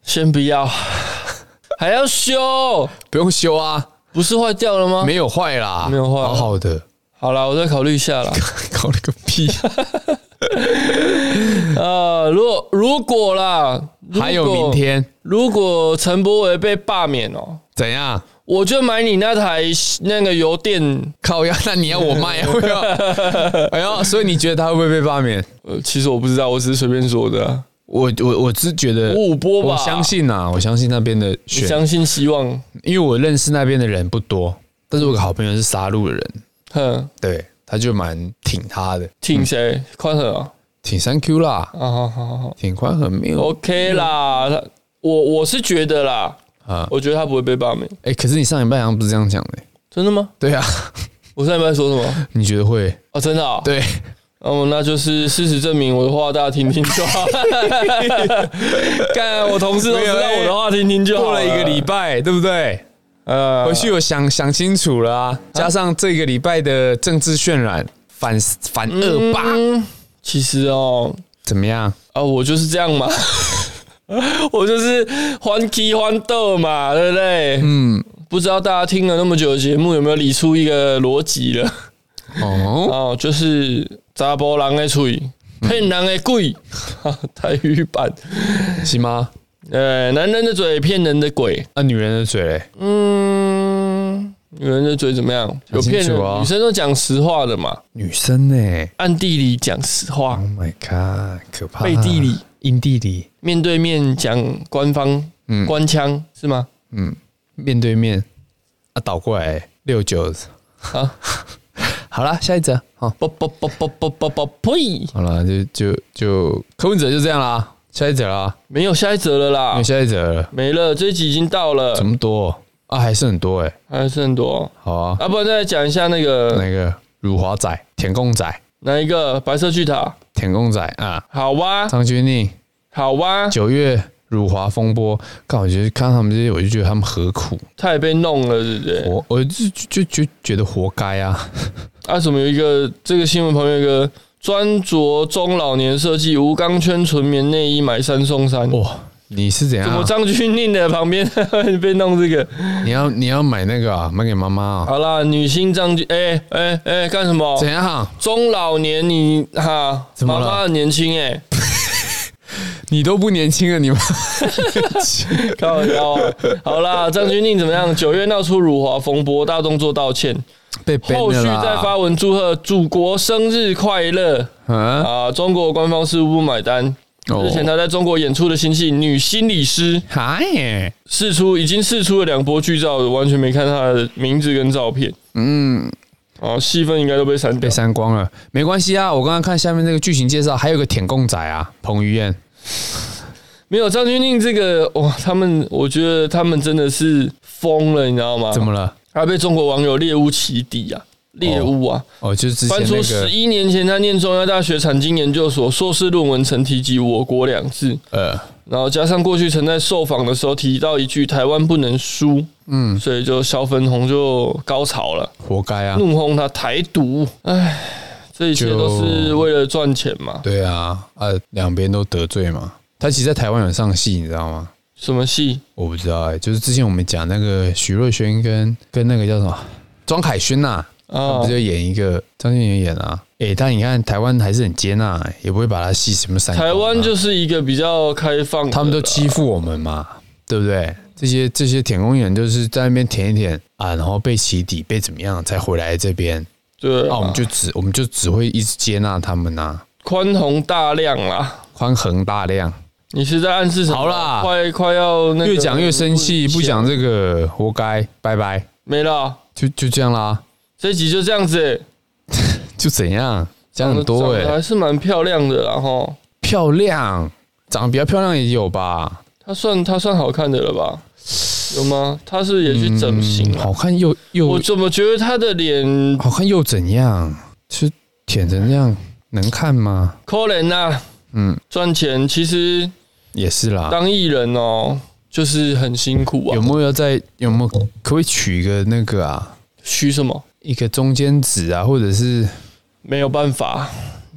Speaker 1: 先不要，还要修？
Speaker 2: 不用修啊，
Speaker 1: 不是坏掉了吗？
Speaker 2: 没有坏啦，
Speaker 1: 没有坏
Speaker 2: 好好的，
Speaker 1: 好啦，我再考虑一下啦。
Speaker 2: 搞了个屁。
Speaker 1: 呃，如果如果啦，如果
Speaker 2: 还有明，天
Speaker 1: 如果陈柏维被罢免哦，
Speaker 2: 怎样？
Speaker 1: 我就买你那台那个油电。
Speaker 2: 靠呀， 那你要我卖？啊我要，哎呦，所以你觉得他会不会被罢免？
Speaker 1: 呃，其实我不知道，我只是随便说的啊、
Speaker 2: 我我我是觉得
Speaker 1: 五五波吧
Speaker 2: 我相信啊，我相信那边的
Speaker 1: 你
Speaker 2: 选，
Speaker 1: 相信希望，
Speaker 2: 因为我认识那边的人不多，但是我有个好朋友是杀戮的人，
Speaker 1: 哼，
Speaker 2: 对，他就蛮挺他的，
Speaker 1: 挺谁？
Speaker 2: 嗯
Speaker 1: 宽很啊，
Speaker 2: 挺三 Q 啦，
Speaker 1: 啊，好好好好
Speaker 2: 挺宽很没有
Speaker 1: ，OK 啦。他我我是觉得啦，
Speaker 2: 啊。
Speaker 1: 我觉得他不会被罢免，
Speaker 2: 哎、可是你上礼拜好像不是这样讲的、
Speaker 1: 真的吗？
Speaker 2: 对啊，
Speaker 1: 我上礼拜说什么？
Speaker 2: 你觉得会？
Speaker 1: 哦，真的、哦，
Speaker 2: 对，
Speaker 1: 哦，那就是事实证明我的话大家听听就 好。干，我同事都知道我的话听听就好
Speaker 2: 哎过了一个礼，拜，对不对？
Speaker 1: 呃
Speaker 2: 回去我想想清楚了啊，加上这个礼拜的政治渲染，反反恶霸、
Speaker 1: 嗯，其实哦，
Speaker 2: 怎么样？
Speaker 1: 啊，我就是这样嘛， 我就是欢 K 欢斗嘛，对不对？嗯，不知道大家听了那么久的节目有没有理出一个逻辑了？
Speaker 2: 哦，
Speaker 1: 哦，就是查甫人的嘴，
Speaker 2: 嗯
Speaker 1: 骗人的鬼， 哈台语版，
Speaker 2: 行吗？
Speaker 1: 呃，男人的嘴骗人的鬼，
Speaker 2: 那、啊女人的嘴嘞？
Speaker 1: 嗯，女人的嘴怎么样？有
Speaker 2: 讲清楚
Speaker 1: 骗人，
Speaker 2: 啊
Speaker 1: 女生都讲实话的嘛，
Speaker 2: 女生呢、
Speaker 1: 暗地里讲实话
Speaker 2: o，h my god，可怕！
Speaker 1: 背地里、
Speaker 2: 阴地里，
Speaker 1: 面对面讲官方，
Speaker 2: 嗯
Speaker 1: 官腔是吗？
Speaker 2: 面对面啊，倒过来、六九。
Speaker 1: 好，
Speaker 2: 好了，下一则。哦好，
Speaker 1: 啵啵啵啵啵啵啵呸！
Speaker 2: 好了，就就就柯文哲就这样啦，下一则啦，
Speaker 1: 没有下一则了
Speaker 2: 没
Speaker 1: 啦
Speaker 2: 有，下一则了，
Speaker 1: 没了，这一集已经到了
Speaker 2: 啊这，么多啊，还是很多哎、
Speaker 1: 还剩很多
Speaker 2: 好啊，
Speaker 1: 啊！不然再讲一下那个
Speaker 2: 呃那个辱华仔、舔共仔、
Speaker 1: 哪一个白色巨塔？
Speaker 2: 舔共仔啊，
Speaker 1: 好哇，
Speaker 2: 张钧甯
Speaker 1: 好啊哇，
Speaker 2: 九月辱华风波，看我觉得看他们这些，我就觉得他们何苦，
Speaker 1: 他也被弄了，对不对？
Speaker 2: 我我就就就就觉得活该啊。
Speaker 1: 啊，怎么有一个这个新闻旁边有一个专着中老年设计无钢圈纯棉内衣买三送三？
Speaker 2: 哇，哦你是怎样
Speaker 1: 怎
Speaker 2: 啊、
Speaker 1: 么张钧甯的旁边 被弄这个？
Speaker 2: 你要你要买那个啊，买给妈妈啊？
Speaker 1: 好啦，女星张钧，哎哎哎，干什么
Speaker 2: 怎？样啊？
Speaker 1: 中老年你哈，
Speaker 2: 怎么
Speaker 1: 妈
Speaker 2: 了
Speaker 1: 妈很年轻哎、
Speaker 2: 你都不年轻了，你们
Speaker 1: 开玩笑啊！好啦，张钧甯怎么样？九月闹出辱华风波，大动作道歉，
Speaker 2: 被 ban
Speaker 1: 后续
Speaker 2: 了啊啦
Speaker 1: 再发文祝贺祖国生日快乐
Speaker 2: 啊？
Speaker 1: 啊！中国官方似乎不买单。
Speaker 2: 哦
Speaker 1: 日前他在中国演出的新戏《女心理师》
Speaker 2: 嗨耶，
Speaker 1: 试出，已经试出了两波剧照，完全没看他的名字跟照片。
Speaker 2: 嗯，
Speaker 1: 哦，戏份应该都被删
Speaker 2: 被
Speaker 1: 掉。
Speaker 2: 删光了，没关系啊。我刚刚看下面这个剧情介绍，还有个舔共仔啊，彭于晏。
Speaker 1: 没有张钧甯这个哇，他们我觉得他们真的是疯了，你知道吗？
Speaker 2: 怎么了？
Speaker 1: 他被中国网友猎巫起底啊？猎巫啊！
Speaker 2: 哦，就是之前
Speaker 1: 翻
Speaker 2: 那
Speaker 1: 出十
Speaker 2: 个
Speaker 1: 一年前他念中央大学产经研究所硕士论文曾提及“我国”两字，
Speaker 2: 呃，
Speaker 1: 然后加上过去曾在受访的时候提到一句“台湾不能输”，嗯，所以就小粉红就高潮了，
Speaker 2: 活该啊。
Speaker 1: 怒轰他台独。唉，这一切都是为了赚钱嘛？
Speaker 2: 对啊，啊，两边都得罪嘛。他其实，在台湾有上戏，你知道吗？
Speaker 1: 什么戏？
Speaker 2: 我不知道哎、就是之前我们讲那个徐若瑄跟跟那个叫什么庄凯勋呐、他
Speaker 1: 啊
Speaker 2: 不，就演一个张敬轩演啊？哎、但你看台湾还是很接纳、欸也不会把他戏什么删光啊、
Speaker 1: 台湾就是一个比较开放的啦，
Speaker 2: 他们都欺负我们嘛，对不对？这些这些舔公园就是在那边舔一舔啊，然后被起底被怎么样才回来这边，
Speaker 1: 对
Speaker 2: 那、
Speaker 1: 啊，
Speaker 2: 我们就只我们就只会一直接纳他们呐、
Speaker 1: 宽宏大量啦。
Speaker 2: 宽恒大量。
Speaker 1: 你是在暗示什么？
Speaker 2: 好啦
Speaker 1: 快快要那个
Speaker 2: 越讲越生气，不讲这个活该，拜拜，
Speaker 1: 没了，
Speaker 2: 就就这样啦，
Speaker 1: 这一集就这样子欸。
Speaker 2: 就怎样，讲很
Speaker 1: 长
Speaker 2: 多
Speaker 1: 得
Speaker 2: 哎、
Speaker 1: 还是蛮漂亮的啦哈。
Speaker 2: 漂亮，长得比较漂亮也有吧，
Speaker 1: 她算她算好看的了吧？有吗？她是不是也去整形
Speaker 2: 嗯
Speaker 1: 了、
Speaker 2: 好看又
Speaker 1: 我
Speaker 2: 又
Speaker 1: 怎么觉得她的脸
Speaker 2: 好看又怎样？是舔成这样能看吗？
Speaker 1: 可怜呐？
Speaker 2: 嗯，
Speaker 1: 啊赚钱其实
Speaker 2: 也是啦，
Speaker 1: 当艺人哦，就是很辛苦啊
Speaker 2: 有。没有要在有没有可不可以取一个那个啊，
Speaker 1: 虚什么？
Speaker 2: 一个中间值啊，或者是
Speaker 1: 没有办法，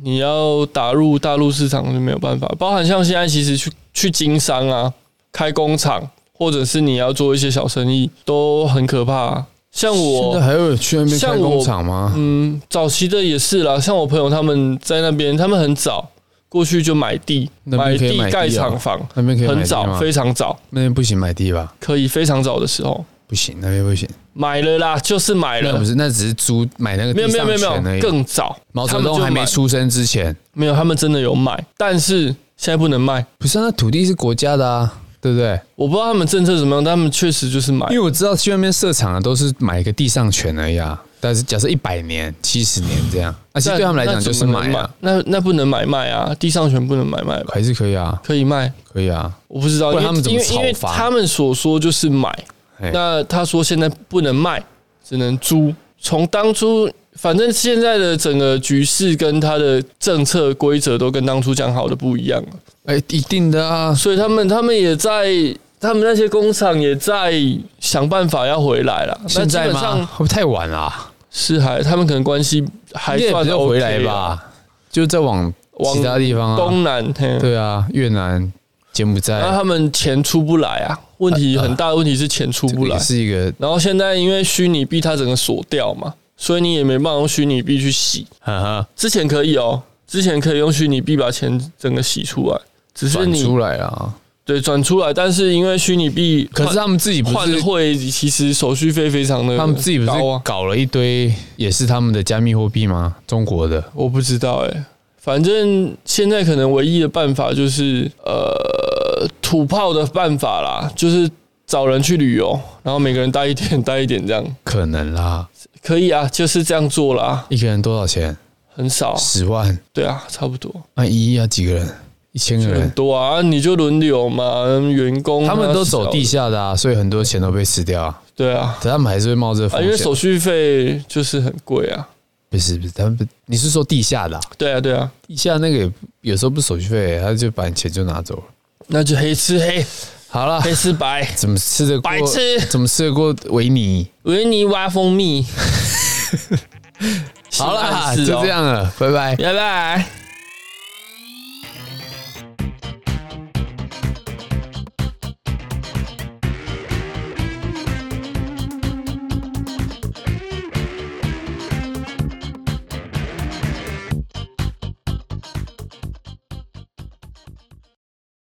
Speaker 1: 你要打入大陆市场就没有办法。包含像现在，其实去去经商啊、开工厂，或者是你要做一些小生意，都很可怕啊、像
Speaker 2: 现
Speaker 1: 我
Speaker 2: 在还有去那边开工厂吗？
Speaker 1: 嗯，早期的也是啦，像我朋友他们在那边，他们很早过去就买地，
Speaker 2: 那边可以
Speaker 1: 地
Speaker 2: 买地啊
Speaker 1: 盖厂房，
Speaker 2: 那边可以买地
Speaker 1: 很早，
Speaker 2: 吗
Speaker 1: 非常早，
Speaker 2: 那边不行买地吧？
Speaker 1: 可以非常早的时候
Speaker 2: 不行，那边不行。
Speaker 1: 买了啦，就是买
Speaker 2: 那
Speaker 1: 了
Speaker 2: 不，是，那只是租买那个
Speaker 1: 没有
Speaker 2: 地
Speaker 1: 没有
Speaker 2: 上
Speaker 1: 没有
Speaker 2: 权
Speaker 1: 没
Speaker 2: 而
Speaker 1: 有，
Speaker 2: 已。
Speaker 1: 更早，
Speaker 2: 毛泽
Speaker 1: 他们
Speaker 2: 东
Speaker 1: 就
Speaker 2: 还没
Speaker 1: 买，
Speaker 2: 出生之前，
Speaker 1: 没有，他们真的有买，但是现在不能卖，
Speaker 2: 不是啊那土地是国家的啊，对不对？
Speaker 1: 我不知道他们政策怎么样，但他们确实就是买
Speaker 2: 因，为我知道去那边设厂的都是买一个地上权而已啊。但是假设一百年、七十年这样，而且
Speaker 1: 但
Speaker 2: 对他们来讲就是买啊，，
Speaker 1: 那怎么能那那不能买卖啊，地上权不能买卖吧？
Speaker 2: 还是可以啊，
Speaker 1: 可以卖，
Speaker 2: 可以啊。
Speaker 1: 我不知道，
Speaker 2: 不
Speaker 1: 因
Speaker 2: 然
Speaker 1: 为
Speaker 2: 他们怎
Speaker 1: 因
Speaker 2: 么
Speaker 1: 为因为
Speaker 2: 讨伐
Speaker 1: 他们所说就是买。
Speaker 2: 哎
Speaker 1: 那他说现在不能卖，只能租。从当初，反正现在的整个局势跟他的政策规则都跟当初讲好的不一样了，
Speaker 2: 哎，一定的啊，
Speaker 1: 所以他们他们也在，他们那些工厂也在想办法要回来了。那
Speaker 2: 现
Speaker 1: 基
Speaker 2: 在
Speaker 1: 本
Speaker 2: 吗？
Speaker 1: 上
Speaker 2: 会不会太晚了啊？
Speaker 1: 是还他们可能关系还
Speaker 2: 也不
Speaker 1: 算
Speaker 2: 是
Speaker 1: OK 啊
Speaker 2: 回来
Speaker 1: 啦，
Speaker 2: 吧，就再往
Speaker 1: 往
Speaker 2: 其他地方啊，
Speaker 1: 东南嘿，
Speaker 2: 对啊，越南、柬埔寨
Speaker 1: 然后他们钱出不来啊，问题很大，问题是钱出
Speaker 2: 这个
Speaker 1: 不来
Speaker 2: 也。是一个，
Speaker 1: 然后现在因为虚拟币它整个锁掉嘛，所以你也没办法用虚拟币去洗。
Speaker 2: 哈哈，
Speaker 1: 之前可以哦，之前可以用虚拟币把钱整个洗出来，只是
Speaker 2: 转
Speaker 1: 你
Speaker 2: 出来了啊。
Speaker 1: 对转出来，但是因为虚拟币换，
Speaker 2: 可是他们自己不
Speaker 1: 换
Speaker 2: 是，
Speaker 1: 汇其实手续费非常的高啊，
Speaker 2: 他们自己不是搞了一堆，也是他们的加密货币吗？中国的
Speaker 1: 我不知道哎、反正现在可能唯一的办法就是呃土炮的办法啦，就是找人去旅游，然后每个人带一点带一点这样，
Speaker 2: 可能啦，
Speaker 1: 可以啊，就是这样做啦，
Speaker 2: 一个人多少钱？
Speaker 1: 很少，
Speaker 2: 十万，
Speaker 1: 对啊，差不多。
Speaker 2: 那一亿要几个人？一千个
Speaker 1: 很
Speaker 2: 人，
Speaker 1: 多啊，你就轮流嘛，员工啊
Speaker 2: 他们都走地
Speaker 1: 小
Speaker 2: 下的啊，所以很多钱都被吃掉啊。
Speaker 1: 对啊，
Speaker 2: 可他们还是会冒这
Speaker 1: 啊，
Speaker 2: 风
Speaker 1: 因为
Speaker 2: 险
Speaker 1: 手。续费就是很贵啊。
Speaker 2: 不是不是，他们不，你是说地下的啊？
Speaker 1: 对啊，对啊，
Speaker 2: 地下那个也有时候不是手续费，他就把你钱就拿走了。
Speaker 1: 那就黑吃 黑，
Speaker 2: 好了，
Speaker 1: 黑吃白，
Speaker 2: 怎么吃得过？
Speaker 1: 哎白痴
Speaker 2: 怎么吃得过维尼？
Speaker 1: 维尼挖 蜂蜜。
Speaker 2: 好
Speaker 1: 性暗
Speaker 2: 啦，
Speaker 1: 示
Speaker 2: 就
Speaker 1: 哦
Speaker 2: 这，样了，拜拜。
Speaker 1: 拜拜。